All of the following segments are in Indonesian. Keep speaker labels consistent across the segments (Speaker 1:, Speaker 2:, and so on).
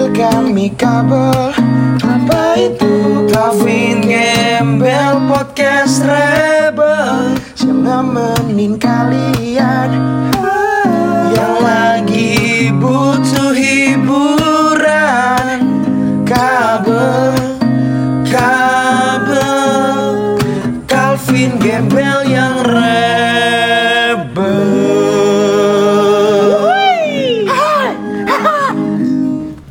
Speaker 1: Kami kabel Apa itu
Speaker 2: Kavin Gembel Podcast Rebel
Speaker 1: Yang nemenin kalian
Speaker 2: Yang lagi butuh hiburan Kabel Kabel Calvin Gembel yang rebel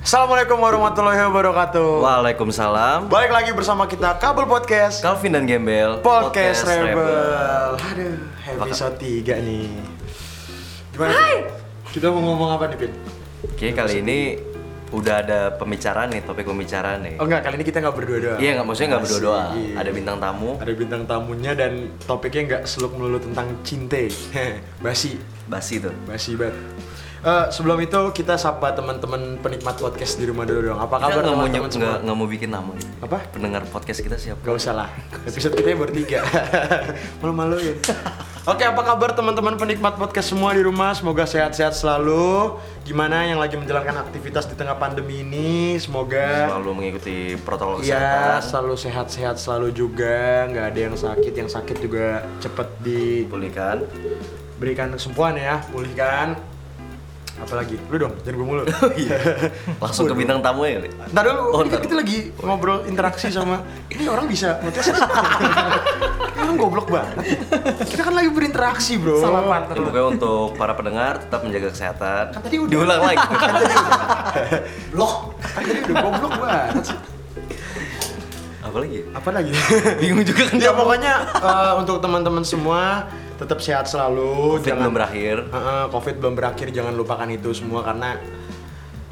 Speaker 1: Assalamualaikum warahmatullahi wabarakatuh
Speaker 2: Waalaikumsalam
Speaker 1: Balik lagi bersama kita Kabel Podcast
Speaker 2: Calvin dan Gembel
Speaker 1: Podcast, Rebel Aduh, episode 3 nih Gimana? Hai. Kita mau ngomong apa nih, Pin?
Speaker 2: Oke kali ini udah ada pembicaraan nih, topik pembicaraan nih
Speaker 1: Oh enggak, kali ini kita nggak berdua doang
Speaker 2: Iya nggak maksudnya nggak berdua doa
Speaker 1: Asik.
Speaker 2: Ada bintang tamu,
Speaker 1: Ada bintang tamunya dan topiknya nggak seluk melulu tentang cinte Basi
Speaker 2: basi tuh.
Speaker 1: Masih banget. Eh, sebelum itu kita sapa teman-teman penikmat podcast di rumah dulu dong. Apa
Speaker 2: Kita
Speaker 1: kabar
Speaker 2: nggak mau nyep,
Speaker 1: teman-teman semua?
Speaker 2: nggak nggak mau bikin nama. Gitu.
Speaker 1: Apa?
Speaker 2: Pendengar podcast kita siapa?
Speaker 1: Gak usah lah. Episode kita yang baru tiga. Malu-maluin. Oke, apa kabar teman-teman penikmat podcast semua di rumah? Semoga sehat-sehat selalu. Gimana yang lagi menjalankan aktivitas di tengah pandemi ini? Semoga
Speaker 2: Selalu mengikuti protokol
Speaker 1: Iya,
Speaker 2: kesehatan.
Speaker 1: selalu sehat-sehat selalu juga. Nggak ada yang sakit, yang sakit juga cepet
Speaker 2: Pulihkan.
Speaker 1: diberikan kesembuhan ya, pulihkan. Apalagi, lu dong, jangan gue mulu. Iya.
Speaker 2: Langsung ke bintang tamu ya. Li?
Speaker 1: Ntar dulu,
Speaker 2: Oh,
Speaker 1: ini
Speaker 2: ntar
Speaker 1: kan kita lagi ngobrol interaksi sama ini orang bisa ngetes. Emang goblok banget. Kita kan lagi berinteraksi, Bro.
Speaker 3: Salah partner
Speaker 2: Ya,
Speaker 3: lu.
Speaker 2: pokoknya untuk para pendengar tetap menjaga kesehatan.
Speaker 1: Kan tadi udah.
Speaker 2: Diulang lagi.
Speaker 1: Loh, kan tadi udah goblok banget. sih.
Speaker 2: Apa lagi?
Speaker 1: Apa lagi?
Speaker 2: Bingung juga kan.
Speaker 1: ya pokoknya eh, untuk teman-teman semua tetap sehat selalu,
Speaker 2: Covid belum berakhir.
Speaker 1: Heeh, Covid belum berakhir, jangan lupakan itu semua karena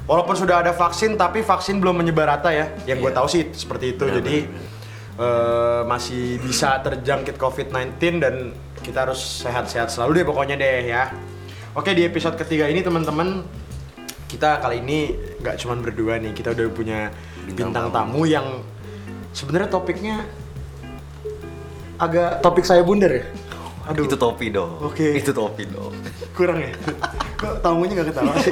Speaker 1: walaupun sudah ada vaksin tapi vaksin belum menyebar rata ya. Yang gue
Speaker 2: Iya.
Speaker 1: tahu sih seperti itu. Jadi eh, masih bisa terjangkit Covid-19 dan kita harus sehat-sehat selalu deh pokoknya deh ya. Oke, di episode ketiga ini teman-teman kita kali ini nggak cuman berdua nih, kita udah punya bintang,
Speaker 2: Bintang
Speaker 1: tamu. yang sebenarnya topiknya agak topik saya bundar ya. Aduh.
Speaker 2: Itu topi dong.
Speaker 1: Oke.
Speaker 2: Itu topi dong.
Speaker 1: Kurang ya? Kok tamunya nggak ketawa sih?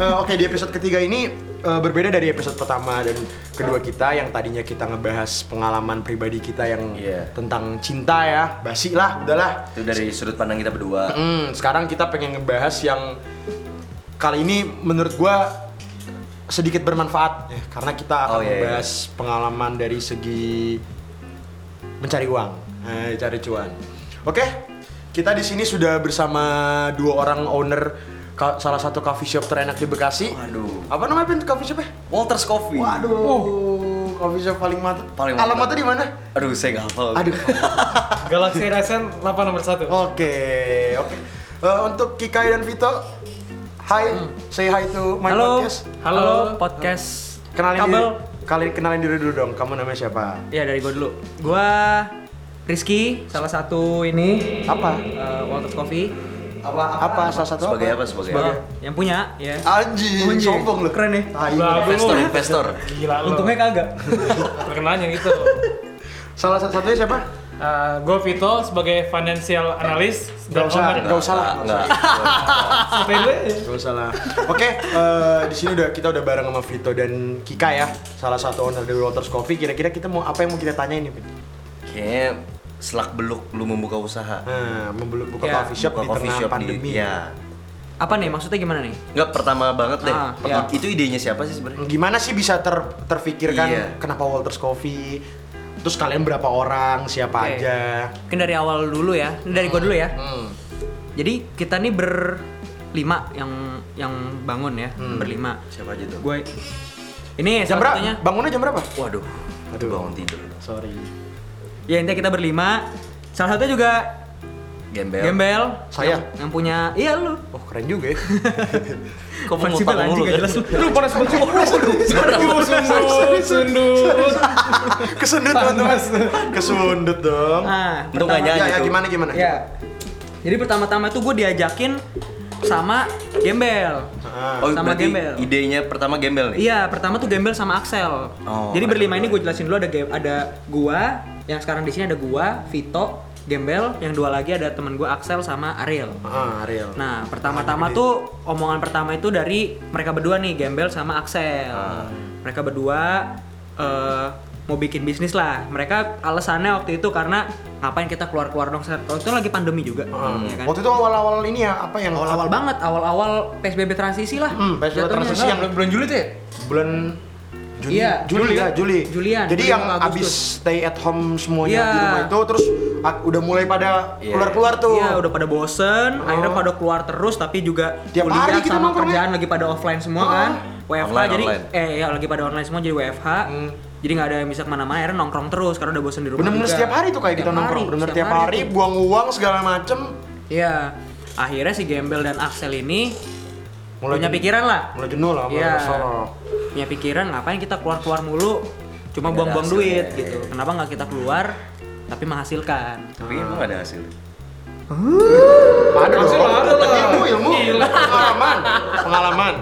Speaker 1: Eh, Oke, di episode ketiga ini eh, berbeda dari episode pertama dan kedua kita yang tadinya kita ngebahas pengalaman pribadi kita yang
Speaker 2: Iya.
Speaker 1: tentang cinta ya, basi lah, udahlah.
Speaker 2: Itu dari sudut pandang kita berdua.
Speaker 1: Hmm, sekarang kita pengen ngebahas yang kali ini menurut gua sedikit bermanfaat ya, karena kita akan
Speaker 2: Oh, iya, iya.
Speaker 1: membahas pengalaman dari segi mencari uang, eh, cari cuan. Oke, kita di sini sudah bersama dua orang owner ka- salah satu coffee shop terenak di Bekasi.
Speaker 2: Waduh.
Speaker 1: Apa namanya Pin, coffee shopnya?
Speaker 2: Walters Coffee.
Speaker 1: Waduh, coffee shop paling mantap.
Speaker 2: Paling mantap.
Speaker 1: Alamatnya di mana?
Speaker 2: Aduh, saya nggak hafal.
Speaker 1: Aduh.
Speaker 3: Galaxy Resen 8 nomor 1
Speaker 1: Oke, oke. Eh, untuk Kikai dan Vito, hi, say hi to my
Speaker 4: Halo,
Speaker 1: podcast.
Speaker 4: halo,
Speaker 3: Halo,
Speaker 4: podcast
Speaker 1: Kenalin
Speaker 4: kabel.
Speaker 1: diri, kalian kenalin diri dulu dong. Kamu namanya siapa?
Speaker 4: Ya dari gue dulu. Gua Rizky, salah satu ini
Speaker 1: Apa?
Speaker 4: eh, Walters Coffee.
Speaker 1: Apa? Apa? Salah satu
Speaker 2: Sebagai
Speaker 1: apa?
Speaker 2: apa? Sebagai
Speaker 4: Eh, yang punya ya.
Speaker 1: Ah, Anjing, Ah, iya.
Speaker 4: Anjing.
Speaker 1: sombong lu.
Speaker 4: Keren ya?
Speaker 1: Tai.
Speaker 3: Bagus.
Speaker 2: investor,
Speaker 1: ya.
Speaker 2: investor.
Speaker 3: Gila lu
Speaker 4: Untungnya kagak.
Speaker 3: Perkenalannya gitu
Speaker 1: Salah satu satunya siapa?
Speaker 3: Eh, Gue Vito sebagai financial analyst
Speaker 1: Gak usah, gak usah lah.
Speaker 2: Nggak, nggak.
Speaker 3: Sampai gue
Speaker 1: Gak usah lah. Oke, eh, di sini udah kita udah bareng sama Vito dan Kika ya, salah satu owner dari Waters Coffee. Kira-kira kita mau apa yang mau kita tanyain nih? Vin?
Speaker 2: Kayaknya selak beluk lu membuka usaha.
Speaker 1: Nah, membuka buka
Speaker 4: Ya,
Speaker 1: coffee shop
Speaker 2: Buka
Speaker 1: di tengah pandemi.
Speaker 2: ya.
Speaker 4: Apa nih maksudnya gimana nih?
Speaker 2: Nggak pertama banget deh.
Speaker 4: Ah,
Speaker 2: Pe-
Speaker 4: iya.
Speaker 2: Itu idenya siapa sih sebenarnya?
Speaker 1: gimana sih bisa ter terfikirkan
Speaker 2: Iya.
Speaker 1: kenapa Walters Coffee terus kalian berapa orang siapa
Speaker 4: Oke.
Speaker 1: aja
Speaker 4: Mungkin dari awal dulu ya. Ini dari gue dulu ya. Jadi kita nih berlima yang yang bangun ya, berlima.
Speaker 2: Siapa aja tuh?
Speaker 4: Gue ini
Speaker 1: jam
Speaker 4: salah
Speaker 1: berapa
Speaker 4: satunya.
Speaker 1: bangunnya jam berapa
Speaker 2: Waduh,
Speaker 1: Aduh.
Speaker 2: Aduh. bangun tidur.
Speaker 1: sorry
Speaker 4: Ya intinya kita berlima. Salah satunya juga
Speaker 2: Gembel.
Speaker 4: Gembel.
Speaker 1: Saya?
Speaker 4: Yang, yang punya, iya lu.
Speaker 1: oh keren juga ya
Speaker 2: Kok mau
Speaker 4: Fleksibel,
Speaker 2: ngutang mulu kan?
Speaker 4: anjing, gak jelas lu.
Speaker 3: Lu pada sebut Sundut, sundut
Speaker 1: kesundut teman-teman kesundut dong
Speaker 4: Ah,
Speaker 2: Untung nggak
Speaker 4: pertama-
Speaker 2: nyanyi
Speaker 1: ya, ya
Speaker 2: tuh.
Speaker 1: gimana gimana
Speaker 4: Ya. Jadi pertama-tama tuh gue diajakin sama Gembel.
Speaker 1: Ah.
Speaker 2: Oh,
Speaker 4: Sama
Speaker 2: berarti
Speaker 4: gembel.
Speaker 2: idenya pertama gembel nih?
Speaker 4: Iya, pertama tuh Gembel sama Axel.
Speaker 2: Oh,
Speaker 4: Jadi berlima
Speaker 2: ada
Speaker 4: ini
Speaker 2: dua.
Speaker 4: gue
Speaker 1: ya.
Speaker 4: jelasin dulu ada Ge- ada gua yang sekarang di sini ada gua, Vito, Gembel, yang dua lagi ada teman gue Axel sama Ariel.
Speaker 1: ah real
Speaker 4: Nah, pertama-tama tuh omongan pertama itu dari mereka berdua nih, Gembel sama Axel.
Speaker 1: Ah.
Speaker 4: Mereka berdua eh, mau bikin bisnis lah. Mereka alasannya waktu itu karena ngapain kita keluar-keluar dong? Seth? Waktu itu kan lagi pandemi juga,
Speaker 1: Hmm.
Speaker 4: ya kan?
Speaker 1: Waktu itu awal-awal ini ya apa yang
Speaker 4: Awal-awal banget, awal-awal PSBB transisi lah.
Speaker 1: Hmm, PSBB
Speaker 4: jatuhnya. oh.
Speaker 1: transisi yang-
Speaker 3: bulan Juli tuh ya?
Speaker 1: bulan Juni,
Speaker 4: Iya,
Speaker 1: Juli
Speaker 4: Juli.
Speaker 1: ya, Juli.
Speaker 4: Julian,
Speaker 1: Jadi
Speaker 4: Juli
Speaker 1: yang
Speaker 4: sama Agustus.
Speaker 1: abis stay at home semuanya
Speaker 4: Iya.
Speaker 1: di rumah itu terus ah, udah mulai pada
Speaker 2: Iya.
Speaker 1: keluar-keluar tuh. Oh.
Speaker 4: Iya, udah pada bosen, akhirnya pada keluar terus tapi juga
Speaker 1: Tiap hari gitu
Speaker 4: kuliah
Speaker 1: kita
Speaker 4: sama
Speaker 1: nongkrongnya.
Speaker 4: kerjaan lagi pada offline
Speaker 1: Oh.
Speaker 4: semua kan. WFH
Speaker 2: Online,
Speaker 4: jadi
Speaker 2: online.
Speaker 4: eh ya lagi pada online semua jadi WFH.
Speaker 1: Hmm.
Speaker 4: Jadi nggak ada yang bisa kemana-mana, akhirnya nongkrong terus karena udah bosen di rumah.
Speaker 1: Bener-bener
Speaker 4: juga.
Speaker 1: setiap hari tuh kayak kita
Speaker 4: Setiap
Speaker 1: nongkrong,
Speaker 4: hari,
Speaker 1: bener-bener tiap hari
Speaker 4: tuh.
Speaker 1: buang uang segala macem.
Speaker 4: Iya. Akhirnya si Gembel dan Axel ini
Speaker 1: Mulai
Speaker 4: punya
Speaker 1: jenuh.
Speaker 4: pikiran lah.
Speaker 1: Mulai jenuh lah, mulai
Speaker 4: Iya.
Speaker 1: kesel.
Speaker 4: Punya pikiran ngapain kita keluar-keluar mulu cuma
Speaker 2: Nggak ada
Speaker 4: buang-buang
Speaker 2: hasilnya,
Speaker 4: duit
Speaker 2: iya,
Speaker 4: gitu.
Speaker 2: iya.
Speaker 4: Kenapa nggak kita keluar tapi menghasilkan?
Speaker 2: Tapi emang ada hasil.
Speaker 1: Ada dong.
Speaker 3: Pasti lah, ada lah.
Speaker 1: Ilmu, ilmu.
Speaker 3: Gila.
Speaker 1: Pengalaman. Pengalaman.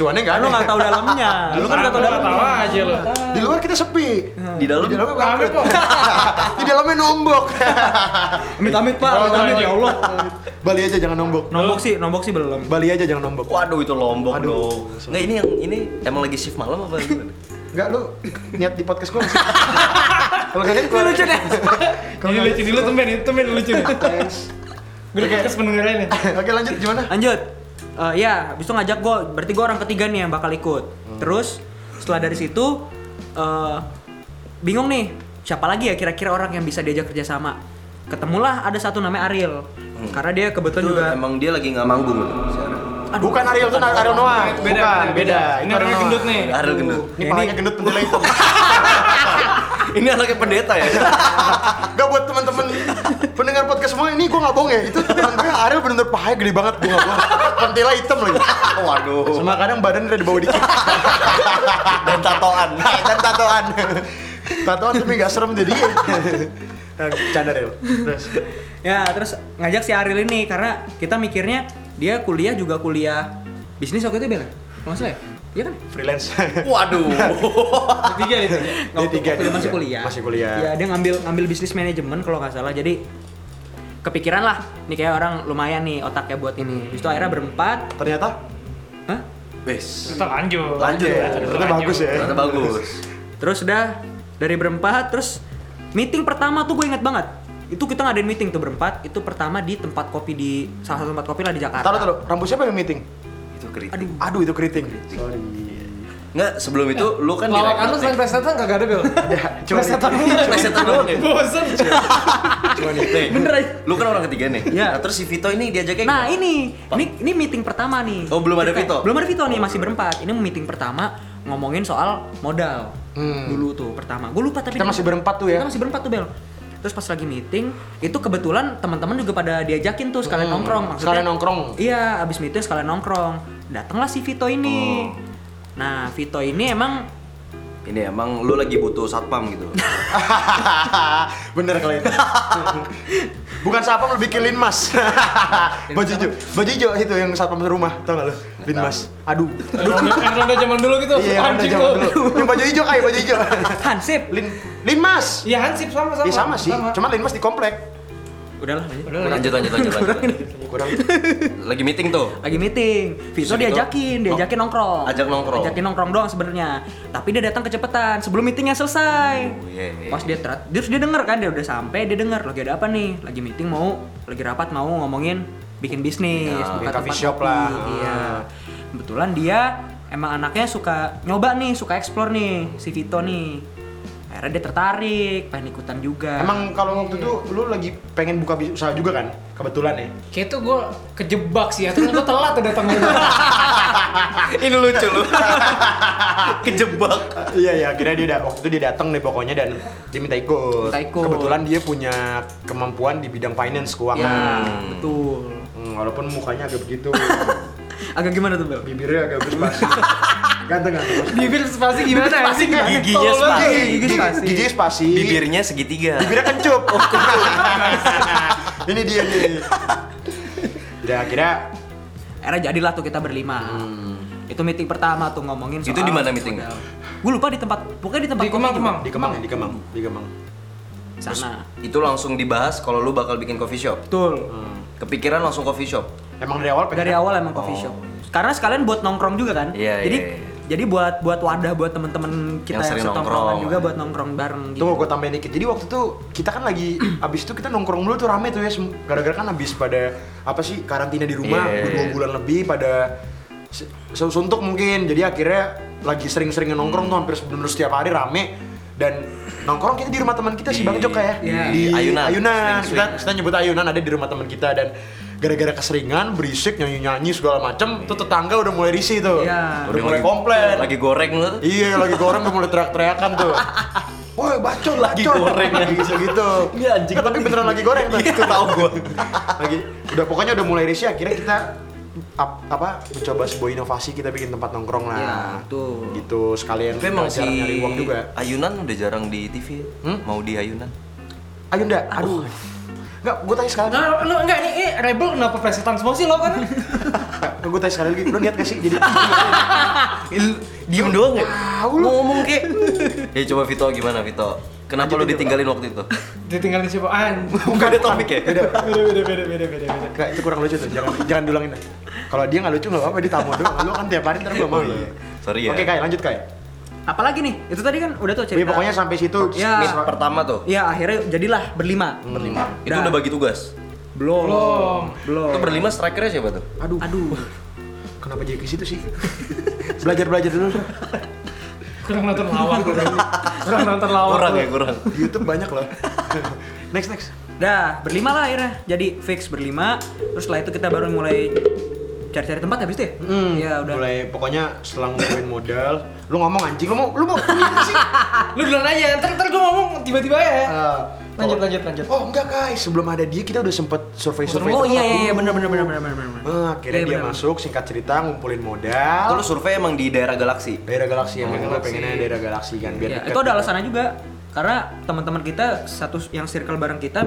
Speaker 1: Cuannya nggak
Speaker 4: Kan
Speaker 1: ada.
Speaker 4: lu nggak tahu dalamnya.
Speaker 3: Lu kan gak tau dalam tahu aja lu.
Speaker 1: Di luar kita sepi.
Speaker 2: Di dalam
Speaker 1: Di dalamnya
Speaker 3: Rame
Speaker 1: bukan.
Speaker 3: kok.
Speaker 1: Di dalamnya nombok.
Speaker 4: Amit-amit pak,
Speaker 3: Kalau
Speaker 4: amit-amit
Speaker 3: tanya-
Speaker 4: ya Allah.
Speaker 1: Bali aja jangan nombok.
Speaker 4: Nombok sih, nombok sih belum.
Speaker 1: Bali aja jangan nombok.
Speaker 2: Waduh itu lombok
Speaker 1: Aduh.
Speaker 2: dong. Nggak ini yang ini emang lagi shift malam apa gimana?
Speaker 1: Enggak lu niat di podcast gua nggak sih? Kalau kaget gua
Speaker 4: lucu deh.
Speaker 1: Kalau
Speaker 3: Ini
Speaker 1: nggak
Speaker 3: lucu dulu temen, itu temen lucu.
Speaker 1: Thanks.
Speaker 3: Gue udah kes pendengarannya.
Speaker 1: Oke lanjut gimana?
Speaker 4: Lanjut. Eh, ya, habis itu ngajak gue, berarti gue orang ketiga nih yang bakal ikut. Terus setelah dari situ eh, bingung nih, siapa lagi ya kira-kira orang yang bisa diajak kerjasama? Ketemulah ada satu namanya Ariel, karena dia kebetulan
Speaker 2: Hmm. Itu
Speaker 4: juga.
Speaker 2: emang dia lagi nggak manggung gitu sekarang.
Speaker 4: Aduh.
Speaker 1: Bukan Ariel tuh Ariel Noah.
Speaker 3: Beda,
Speaker 1: Bukan,
Speaker 3: beda, beda. Ini
Speaker 1: Itu
Speaker 3: orangnya
Speaker 1: Noah.
Speaker 3: gendut nih.
Speaker 2: Harus gendut.
Speaker 1: Ini palanya gendut pentilnya hitam.
Speaker 2: Ini anaknya pendeta ya.
Speaker 1: Gak buat teman-teman pendengar podcast semua ini gua nggak bohong ya. Itu teman gue Ariel bener-bener pahanya gede banget gua nggak bohong. Pentilnya hitam lagi.
Speaker 2: Waduh.
Speaker 1: Sama kadang badan udah dibawa dikit.
Speaker 2: Dan tatoan.
Speaker 1: Dan tatoan. tatoan tapi nggak serem jadi. Canda Ariel. Terus.
Speaker 4: Ya, terus ngajak si Ariel ini karena kita mikirnya dia kuliah juga kuliah bisnis waktu itu bela. Kalau nggak salah ya? Iya kan?
Speaker 1: Freelance.
Speaker 2: Waduh.
Speaker 3: Ketiga itu.
Speaker 1: Dia
Speaker 4: Waktu-
Speaker 1: tiga,
Speaker 4: waktu
Speaker 1: dia
Speaker 4: dia masih
Speaker 1: tiga.
Speaker 4: kuliah.
Speaker 1: Masih kuliah.
Speaker 4: Iya, dia ngambil ngambil bisnis manajemen kalau nggak salah. Jadi kepikiran lah, nih kayak orang lumayan nih otaknya buat ini. Habis itu akhirnya berempat.
Speaker 1: Ternyata
Speaker 4: Hah?
Speaker 2: Wes.
Speaker 3: Kita lanjut.
Speaker 2: Lanjut ya.
Speaker 1: Ternyata bagus ya.
Speaker 2: Ternyata bagus.
Speaker 4: Terus udah dari berempat terus meeting pertama tuh gue inget banget. Itu kita ngadain meeting tuh berempat, itu pertama di tempat kopi di salah satu tempat kopi lah di Jakarta.
Speaker 1: Taruh taruh, rambut siapa yang meeting?
Speaker 2: Itu kritik.
Speaker 1: Aduh itu keriting. Sorry.
Speaker 2: Nggak, sebelum itu lu kan
Speaker 3: Lawakan lu selain presetan gak ada Bel?
Speaker 1: Iya, Cuma setan
Speaker 2: Presetan doang ya?
Speaker 3: Bosen.
Speaker 1: Cuma nih.
Speaker 2: Nih,
Speaker 4: Bener aja.
Speaker 2: Lu kan orang ketiga nih.
Speaker 4: Iya.
Speaker 2: Nah, terus si Vito ini diajaknya
Speaker 4: Nah
Speaker 2: gimana?
Speaker 4: ini, ini, ini meeting pertama nih.
Speaker 2: Oh, belum ada
Speaker 4: Kita-
Speaker 2: Vito?
Speaker 4: Belum ada Vito nih,
Speaker 2: Oh,
Speaker 4: masih berempat. Ini meeting pertama ngomongin soal modal
Speaker 1: Hmm.
Speaker 4: dulu tuh pertama. Gue lupa tapi
Speaker 1: Kita masih berempat tuh ya?
Speaker 4: Kita masih berempat tuh Bel. Terus pas lagi meeting, itu kebetulan teman-teman juga pada diajakin tuh sekalian nongkrong. Maksudnya,
Speaker 1: Sekalian nongkrong.
Speaker 4: Iya, abis meeting sekalian nongkrong. Datanglah si Vito ini. Nah Vito ini emang
Speaker 2: Ini emang lu lagi butuh satpam gitu.
Speaker 1: Bener kalau itu. Bukan satpam lebih ke linmas. Baju hijau, baju hijau itu yang satpam rumah, tau gak lo? Linmas. Aduh.
Speaker 3: Yang ronda zaman dulu gitu.
Speaker 1: Iya, ada
Speaker 3: Anjing
Speaker 1: zaman
Speaker 3: lu.
Speaker 1: dulu. Yang baju hijau kayak baju hijau.
Speaker 4: Hansip.
Speaker 1: Lin, linmas.
Speaker 3: Iya Hansip sama sama.
Speaker 1: Iya sama sih, cuma linmas di komplek.
Speaker 4: Udahlah. lanjut.
Speaker 3: Udah lah.
Speaker 2: lanjut, lanjut, lanjut, lanjut.
Speaker 1: Kurang.
Speaker 2: Lagi meeting tuh.
Speaker 4: lagi meeting.
Speaker 2: Terus Vito?
Speaker 4: Vito diajakin, diajakin
Speaker 1: Oh,
Speaker 4: nongkrong.
Speaker 2: Ajak nongkrong.
Speaker 4: Ajakin nongkrong doang sebenarnya. Tapi dia datang kecepetan sebelum meetingnya
Speaker 2: Oh,
Speaker 4: selesai.
Speaker 2: iya, iya.
Speaker 4: Pas dia terat, terus dia denger kan dia udah sampai, dia denger lagi ada apa nih? Lagi meeting mau lagi rapat mau ngomongin bikin bisnis,
Speaker 2: Ya,
Speaker 1: bikin coffee
Speaker 4: tempat
Speaker 1: shop
Speaker 4: kopi.
Speaker 1: lah.
Speaker 4: Iya. Kebetulan dia emang anaknya suka nyoba nih, suka explore nih si Vito nih. Akhirnya dia tertarik, pengen ikutan juga.
Speaker 1: Emang kalau waktu itu lu lagi pengen buka bis- usaha juga kan? Kebetulan ya.
Speaker 3: Kayak tuh gue kejebak sih ya, terus gue telat tuh datang
Speaker 2: Nah, ini lucu lu. Kejebak.
Speaker 1: Iya ya, akhirnya dia da- waktu itu dia datang nih pokoknya dan dia minta ikut.
Speaker 4: Minta ikut.
Speaker 1: Kebetulan dia punya kemampuan di bidang finance keuangan.
Speaker 4: Ya, betul.
Speaker 1: Hmm, walaupun mukanya agak begitu,
Speaker 4: Agak gimana tuh, Bel?
Speaker 1: bibirnya agak berspasi. Ganteng ganteng.
Speaker 3: Bibir spasi gimana ya?
Speaker 4: Spasi gimana?
Speaker 2: Giginya
Speaker 3: Tolong
Speaker 1: Iya,
Speaker 2: spasi.
Speaker 3: lagi.
Speaker 4: Gigi spasi.
Speaker 1: Gigi spasi.
Speaker 2: Bibirnya segitiga.
Speaker 1: Bibirnya kencup. Oh, Ini dia nih. Ya akhirnya
Speaker 4: Akhirnya jadilah tuh kita berlima. Itu meeting pertama tuh ngomongin soal
Speaker 2: Hmm. Itu di mana meetingnya?
Speaker 4: Gue lupa di tempat, pokoknya di tempat
Speaker 3: Di
Speaker 4: kopi
Speaker 3: Kemang,
Speaker 4: juga.
Speaker 3: Kemang.
Speaker 1: di Kemang, di Kemang, di Kemang.
Speaker 4: Sana.
Speaker 2: Itu langsung dibahas kalau lu bakal bikin coffee shop.
Speaker 4: Betul.
Speaker 2: Kepikiran langsung coffee shop.
Speaker 1: Emang dari awal pengen
Speaker 4: Dari awal emang coffee shop. Karena sekalian buat nongkrong juga kan.
Speaker 2: Oh. Iya,
Speaker 4: jadi
Speaker 2: iya, iya.
Speaker 4: jadi buat buat wadah buat temen-temen kita
Speaker 2: Yang sering
Speaker 4: setongkrongan
Speaker 2: nongkrong.
Speaker 4: juga buat nongkrong bareng gitu.
Speaker 1: Tunggu gue tambahin dikit. Jadi waktu itu kita kan lagi abis itu kita nongkrong dulu tuh rame tuh ya. sem- Gara-gara kan abis pada apa sih karantina di rumah
Speaker 2: Iya.
Speaker 1: dua bulan lebih pada se- se- suntuk mungkin. Jadi akhirnya lagi sering-sering nongkrong tuh hampir bener setiap hari rame dan nongkrong kita di rumah teman kita sih
Speaker 2: Di-
Speaker 1: Bang Joka ya.
Speaker 4: Iya.
Speaker 1: Di Ayunan.
Speaker 2: Ayunan.
Speaker 1: Kita,
Speaker 2: Swing-swing.
Speaker 1: kita nyebut Ayunan ada di rumah teman kita dan gara-gara keseringan berisik nyanyi-nyanyi segala macem tuh tetangga udah mulai risih tuh.
Speaker 4: Iya.
Speaker 1: Udah mulai komplain.
Speaker 2: Lagi goreng gitu. lu. tuh.
Speaker 1: Iya lagi goreng udah mulai teriak-teriakan tuh. Woi bacot lagi
Speaker 2: goreng.
Speaker 1: gitu gitu.
Speaker 2: Iya, anjing
Speaker 1: Tapi beneran lagi goreng tuh.
Speaker 2: Itu tahu gua.
Speaker 1: lagi udah pokoknya udah mulai risih akhirnya kita ap- apa mencoba sebuah inovasi kita bikin tempat nongkrong lah.
Speaker 4: Iya, betul.
Speaker 1: Gitu sekalian
Speaker 2: Tapi emang si
Speaker 1: belajar nyari uang juga.
Speaker 2: Ayunan udah jarang di TV.
Speaker 1: Hmm?
Speaker 2: Mau di Ayunan.
Speaker 1: Ayo ndak, aduh. Enggak, gue tanya sekali lagi.
Speaker 3: Nah, lu enggak ini, ini rebel kenapa presetan semua sih lo kan?
Speaker 1: Gue tanya sekali lagi, lu niat gak sih jadi
Speaker 2: Diem doang ya?
Speaker 1: Tahu lu.
Speaker 2: Mau ngomong kek. ya coba Vito gimana Vito? Kenapa lu ditinggalin waktu itu?
Speaker 3: Ditinggalin siapa? Ah,
Speaker 2: Bukan ada topik ya?
Speaker 1: Beda.
Speaker 3: beda beda beda beda beda. beda.
Speaker 1: Nggak, itu kurang lucu tuh, jangan jangan diulangin. dah. Kalau dia nggak lucu nggak apa-apa, dia tamu doang. Lu kan tiap hari ntar gue mau.
Speaker 2: Oh, iya. Sorry ya.
Speaker 1: Oke, Kai, lanjut Kai.
Speaker 4: Apalagi nih? Itu tadi kan udah tuh
Speaker 1: Tapi
Speaker 4: cerita.
Speaker 1: pokoknya sampai situ.
Speaker 4: Ya.
Speaker 2: Meet pertama tuh.
Speaker 4: Iya, akhirnya jadilah berlima.
Speaker 2: Berlima. Itu
Speaker 4: Dah.
Speaker 2: udah bagi tugas.
Speaker 4: Belum.
Speaker 3: Hmm. Belum.
Speaker 4: Belum.
Speaker 2: Itu berlima strikernya siapa tuh?
Speaker 1: Aduh.
Speaker 4: Aduh.
Speaker 1: Kenapa jadi ke situ sih? Belajar-belajar dulu.
Speaker 3: Kurang nonton lawan gue. Kurang nonton lawan.
Speaker 2: Kurang
Speaker 3: gua.
Speaker 2: ya kurang.
Speaker 1: Di YouTube banyak loh. next next.
Speaker 4: Dah, berlima lah akhirnya. Jadi fix berlima. Terus setelah itu kita baru mulai cari-cari tempat habis itu ya? Iya, udah.
Speaker 1: Mulai pokoknya setelah ngumpulin modal, lu ngomong anjing, lu mau lu mau gimana sih?
Speaker 4: Ah,
Speaker 3: Lu duluan aja, ntar ntar gue ngomong tiba-tiba ya.
Speaker 1: Eh,
Speaker 3: Lanjut,
Speaker 1: oh,
Speaker 3: lanjut, lanjut.
Speaker 1: Oh, enggak, guys. Sebelum ada dia kita udah sempet survei-survei.
Speaker 4: Oh
Speaker 1: tempat
Speaker 4: iya iya iya
Speaker 1: dulu.
Speaker 4: benar benar benar benar benar. benar.
Speaker 1: Eh, akhirnya
Speaker 4: Iya,
Speaker 1: dia
Speaker 4: benar.
Speaker 1: masuk, singkat cerita ngumpulin modal.
Speaker 2: Terus survei emang di daerah galaksi.
Speaker 1: daerah galaksi yang gue
Speaker 3: Galaksi.
Speaker 1: pengennya daerah galaksi kan biar
Speaker 4: Oh, Iya,
Speaker 1: dekat.
Speaker 4: itu ada alasannya juga. Karena teman-teman kita satu yang circle bareng kita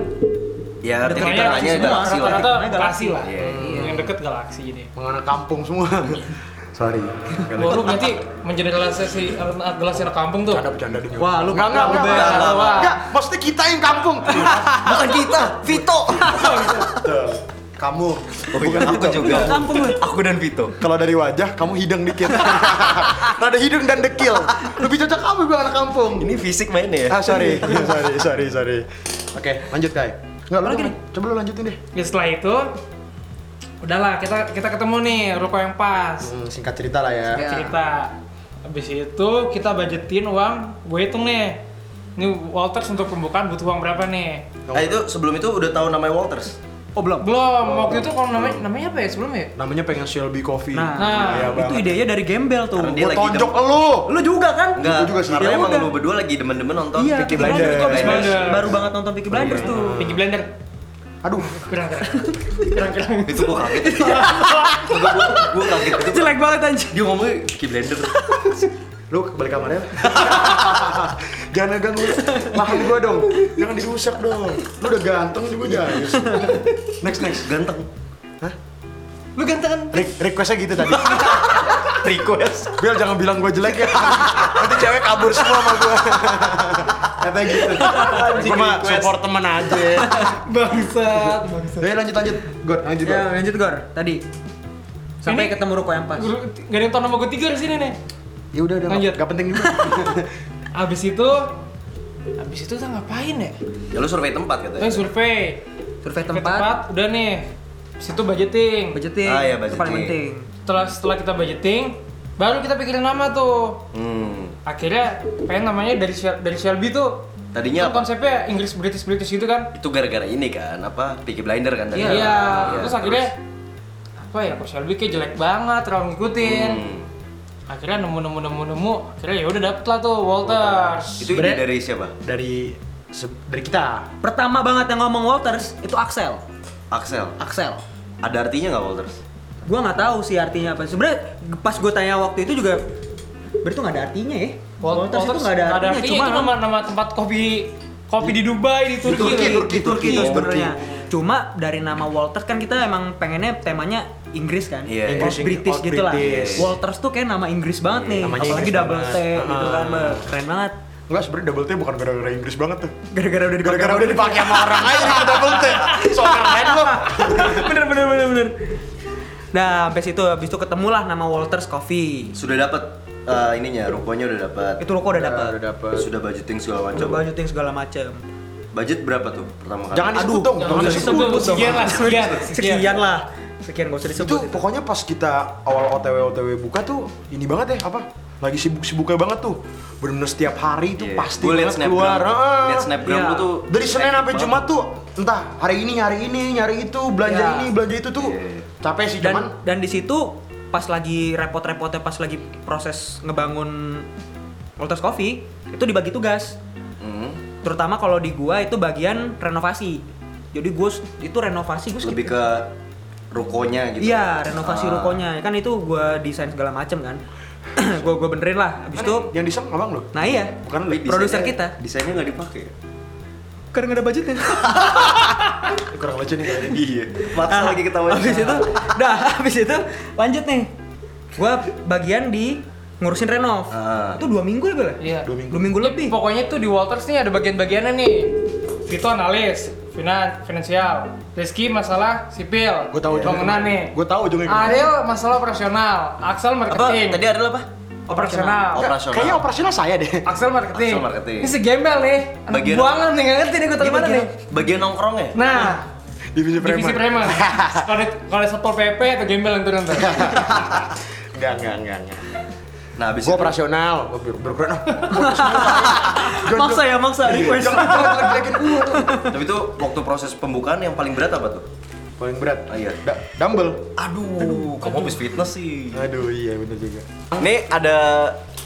Speaker 2: Ya
Speaker 4: Udah
Speaker 2: titik
Speaker 4: kayaknya
Speaker 2: tengahnya
Speaker 4: semua,
Speaker 2: galaksi lah.
Speaker 3: Rata-rata
Speaker 4: Galaksi.
Speaker 3: galaksi lah.
Speaker 2: Iya,
Speaker 4: iya.
Speaker 3: Yang deket galaksi jadi.
Speaker 1: mengenai kampung semua. Sorry. Nggak
Speaker 4: Oh.
Speaker 3: Wah, lu berarti menjadi galaksi galaksi anak kampung tuh.
Speaker 1: Ada bercanda di
Speaker 4: Wah, lu
Speaker 1: enggak enggak
Speaker 4: kampung,
Speaker 1: enggak.
Speaker 2: Bel.
Speaker 1: enggak, enggak. Enggak, maksudnya kita yang kampung.
Speaker 4: Iya,
Speaker 2: Bukan kita, Vito.
Speaker 1: Betul. Kamu.
Speaker 2: Oh iya,
Speaker 1: Bukan
Speaker 2: aku
Speaker 1: Vito.
Speaker 2: juga.
Speaker 4: Kampung lu.
Speaker 2: Aku dan Vito.
Speaker 1: Kalau dari wajah, kamu hidung dikit. Rada hidung dan dekil. Lebih cocok kamu gue anak kampung.
Speaker 2: Ini fisik mainnya ya.
Speaker 1: Ah, sorry. sorry, sorry, sorry. Oke, lanjut, Kai. Enggak, lu
Speaker 4: Lagi
Speaker 1: lagi
Speaker 4: nih.
Speaker 1: Coba lu lanjutin deh.
Speaker 3: Ya, setelah itu udahlah kita kita ketemu nih ruko yang pas.
Speaker 1: Hmm, singkat cerita lah ya.
Speaker 4: Ya.
Speaker 3: Cerita. Habis itu kita budgetin uang, gue hitung nih. Ini Walters untuk pembukaan butuh uang berapa nih?
Speaker 2: Nah itu sebelum itu udah tahu namanya Walters.
Speaker 4: Oh, belum.
Speaker 3: Belum, waktu itu kalau namanya namanya apa ya sebelumnya?
Speaker 1: Namanya pengen Shelby Coffee.
Speaker 4: Nah,
Speaker 1: Iya
Speaker 4: itu
Speaker 1: banget.
Speaker 4: idenya dari Gembel tuh.
Speaker 2: Karena dia
Speaker 1: Gua
Speaker 2: lagi
Speaker 1: tonjok lu.
Speaker 4: Lu juga kan?
Speaker 2: Oh. Enggak,
Speaker 1: Gua juga sih.
Speaker 2: karena
Speaker 4: Ya
Speaker 2: emang
Speaker 4: udah.
Speaker 2: lu berdua lagi demen-demen nonton
Speaker 4: Iya,
Speaker 1: Peaky
Speaker 4: Peaky Blinders.
Speaker 1: Blinders.
Speaker 4: tuh habis banget.
Speaker 3: Blinders.
Speaker 4: Baru banget nonton Peaky Blinders tuh.
Speaker 3: Peaky Blender.
Speaker 1: Aduh,
Speaker 3: Kurang kurang. Kurang kurang.
Speaker 2: Itu gua kaget. Gua- gua, gua kaget. Itu
Speaker 4: Jelek banget anjir.
Speaker 2: dia ngomongnya Peaky Blender.
Speaker 1: lu balik kamarnya. Jangan ganggu lahan gua dong. Jangan dirusak dong. Lu udah ganteng juga jangan.
Speaker 2: Next next ganteng.
Speaker 1: Hah?
Speaker 3: Lu ganteng kan?
Speaker 1: Re- requestnya gitu tadi.
Speaker 2: Request.
Speaker 1: Bel jangan bilang gue jelek ya. Nanti cewek kabur semua sama gue. Katanya gitu. Gue mah
Speaker 2: request.
Speaker 1: support temen aja.
Speaker 3: Ah, Bangsat, bangsat.
Speaker 1: Jadi lanjut lanjut. God lanjut.
Speaker 4: Ya,
Speaker 1: God.
Speaker 4: lanjut Gor. Tadi. Sampai
Speaker 3: Ini-
Speaker 4: ketemu ruko yang pas.
Speaker 3: Guru, gak ada yang tau nama gue tiga di sini nih.
Speaker 1: Ya udah udah.
Speaker 3: Lanjut.
Speaker 1: Gak, gak penting juga.
Speaker 3: Abis itu, abis itu kita ngapain ya?
Speaker 2: Ya lu survei tempat
Speaker 3: Kita
Speaker 2: katanya.
Speaker 3: survei.
Speaker 4: Survei
Speaker 3: Survei
Speaker 4: tempat,
Speaker 3: udah nih. Abis itu budgeting.
Speaker 4: budgeting.
Speaker 2: Ah, iya,
Speaker 4: Itu paling penting.
Speaker 2: budgeting.
Speaker 3: Setelah setelah kita budgeting, baru kita pikirin nama tuh.
Speaker 2: Hmm.
Speaker 3: Akhirnya pengen namanya dari Shel- dari Shelby tuh.
Speaker 2: Tadinya
Speaker 3: Kan
Speaker 2: apa?
Speaker 3: konsepnya Inggris British British gitu kan?
Speaker 2: Itu gara-gara ini kan apa Peaky Blinder kan tadi.
Speaker 3: Iya. Terus akhirnya apa ya? Kok Shelby kayak jelek banget, terlalu ngikutin.
Speaker 2: Hmm.
Speaker 3: Akhirnya nemu nemu nemu nemu. Akhirnya ya udah dapet lah tuh Walters.
Speaker 2: Itu ide
Speaker 1: Sebenarnya-
Speaker 2: dari siapa?
Speaker 1: Dari se- dari kita.
Speaker 4: Pertama banget yang ngomong Walters itu Axel.
Speaker 2: Axel.
Speaker 4: Axel.
Speaker 2: Ada artinya nggak Walters?
Speaker 4: Gua nggak tahu sih artinya apa. Sebenarnya pas gue tanya waktu itu juga berarti nggak ada artinya ya.
Speaker 3: Wal-
Speaker 4: Walters, itu nggak ada artinya,
Speaker 3: itu
Speaker 4: cuma
Speaker 3: nama, nama tempat kopi kopi di Dubai di Turki.
Speaker 1: Turki,
Speaker 4: di Iya, Turki itu
Speaker 1: Turki.
Speaker 4: sebenarnya. Cuma dari nama Walters kan kita emang pengennya temanya Inggris kan,
Speaker 2: Iya,
Speaker 4: Old
Speaker 1: Inggris,
Speaker 4: British
Speaker 1: Old
Speaker 4: gitu lah.
Speaker 1: Eh, British. Iya,
Speaker 4: Walters tuh kayak nama Inggris banget nih,
Speaker 1: namanya
Speaker 4: apalagi
Speaker 1: Inggris
Speaker 4: double T
Speaker 1: banget.
Speaker 4: gitu kan,
Speaker 1: Ah.
Speaker 4: Mbak. keren banget.
Speaker 1: Enggak sebenarnya double T bukan gara-gara Inggris banget tuh.
Speaker 4: Gara-gara udah dipakai.
Speaker 1: Gara-gara udah dipakai sama orang aja double T. Soalnya lain lo.
Speaker 4: bener bener bener bener. Nah, sampai situ habis itu ketemulah nama Walters Coffee.
Speaker 2: Sudah dapat eh, ininya, rukonya udah dapat.
Speaker 4: Itu rokok udah dapat.
Speaker 1: udah dapet.
Speaker 2: Sudah budgeting segala macam.
Speaker 4: Udah budgeting segala macam.
Speaker 2: Budget berapa tuh pertama kali?
Speaker 1: Jangan disebut dong,
Speaker 3: jangan
Speaker 1: jangan
Speaker 3: disebut.
Speaker 1: disebut. dong. Iya.
Speaker 3: Sekian lah, sekian.
Speaker 4: Sekian lah. Sekian gak usah disebut.
Speaker 1: Itu pokoknya pas kita awal OTW OTW buka tuh ini banget ya apa? Lagi sibuk-sibuknya banget tuh. Bener-bener setiap hari itu
Speaker 2: Iya.
Speaker 1: pasti
Speaker 2: Gua liat
Speaker 1: banget keluar. Ah.
Speaker 2: Liat snapgram
Speaker 4: Iya.
Speaker 2: lu tuh.
Speaker 1: Dari Senin
Speaker 2: active
Speaker 1: sampai
Speaker 2: banget.
Speaker 1: Jumat tuh entah hari ini nyari ini, nyari itu, belanja
Speaker 4: Iya.
Speaker 1: ini, belanja itu tuh.
Speaker 2: Iya.
Speaker 1: Capek sih
Speaker 4: dan
Speaker 1: cuman
Speaker 4: dan di situ pas lagi repot-repotnya pas lagi proses ngebangun Walters Coffee itu dibagi tugas
Speaker 2: Hmm.
Speaker 4: terutama kalau di gua itu bagian renovasi jadi gua s- itu renovasi gua skip
Speaker 2: Lebih ke rukonya gitu.
Speaker 4: iya renovasi
Speaker 2: Ah.
Speaker 4: rukonya kan itu gua desain segala macem kan gua gua benerin lah habis itu
Speaker 1: yang disem abang lu.
Speaker 4: nah iya
Speaker 1: Bukan
Speaker 3: Kan
Speaker 1: lu.
Speaker 2: Tapi desainnya-
Speaker 4: Produser
Speaker 3: ya.
Speaker 4: kita.
Speaker 2: Desainnya nggak dipakai.
Speaker 4: karena nggak ada budgetnya
Speaker 1: Kurang baca nih kayaknya.
Speaker 2: Iya. Maksa
Speaker 4: Ah,
Speaker 2: lagi ketahuan.
Speaker 4: Habis itu, dah habis itu lanjut nih. Gua bagian di ngurusin renov.
Speaker 2: Ah.
Speaker 4: Itu dua minggu ya Bel?
Speaker 3: Iya.
Speaker 1: Dua minggu.
Speaker 4: lebih.
Speaker 3: Pokoknya tuh di Walters nih ada bagian-bagiannya nih. Vito analis, finan, finansial, Rizky masalah sipil,
Speaker 1: Gua tahu ujungnya
Speaker 3: bangunan
Speaker 1: kemana.
Speaker 3: nih.
Speaker 1: Gua tahu ujungnya kemana.
Speaker 3: Ariel masalah operasional, Axel
Speaker 2: Apa?
Speaker 3: marketing.
Speaker 2: Tadi adalah apa?
Speaker 3: operasional.
Speaker 2: Operasional. Operasional.
Speaker 1: Kayaknya operasional saya deh.
Speaker 3: Axel marketing.
Speaker 2: Axel marketing.
Speaker 3: Ini segembel nih. Anak
Speaker 2: Bagian-
Speaker 3: buangan nih, nggak ngerti nih gue tadi mana nih.
Speaker 2: Bagian ya? nongkrongnya?
Speaker 3: Nah,
Speaker 1: Divisi preman.
Speaker 3: divisi preman. Kalau di- kalau di Satpol PP atau gembel yang turun tuh.
Speaker 1: Enggak, enggak, enggak, enggak.
Speaker 2: Nah, habis
Speaker 1: Gua
Speaker 2: itu-
Speaker 1: operasional, gua bir- birokrat.
Speaker 4: maksa ya maksa
Speaker 3: Iya.
Speaker 4: request.
Speaker 1: Jangan jangan jelekin gua.
Speaker 2: Tapi itu waktu proses pembukaan yang paling berat apa tuh?
Speaker 1: Paling berat.
Speaker 2: Ah, iya.
Speaker 1: Da- dumbbell.
Speaker 2: Aduh, kamu habis fitness sih.
Speaker 1: Aduh iya bener juga.
Speaker 2: Nih ada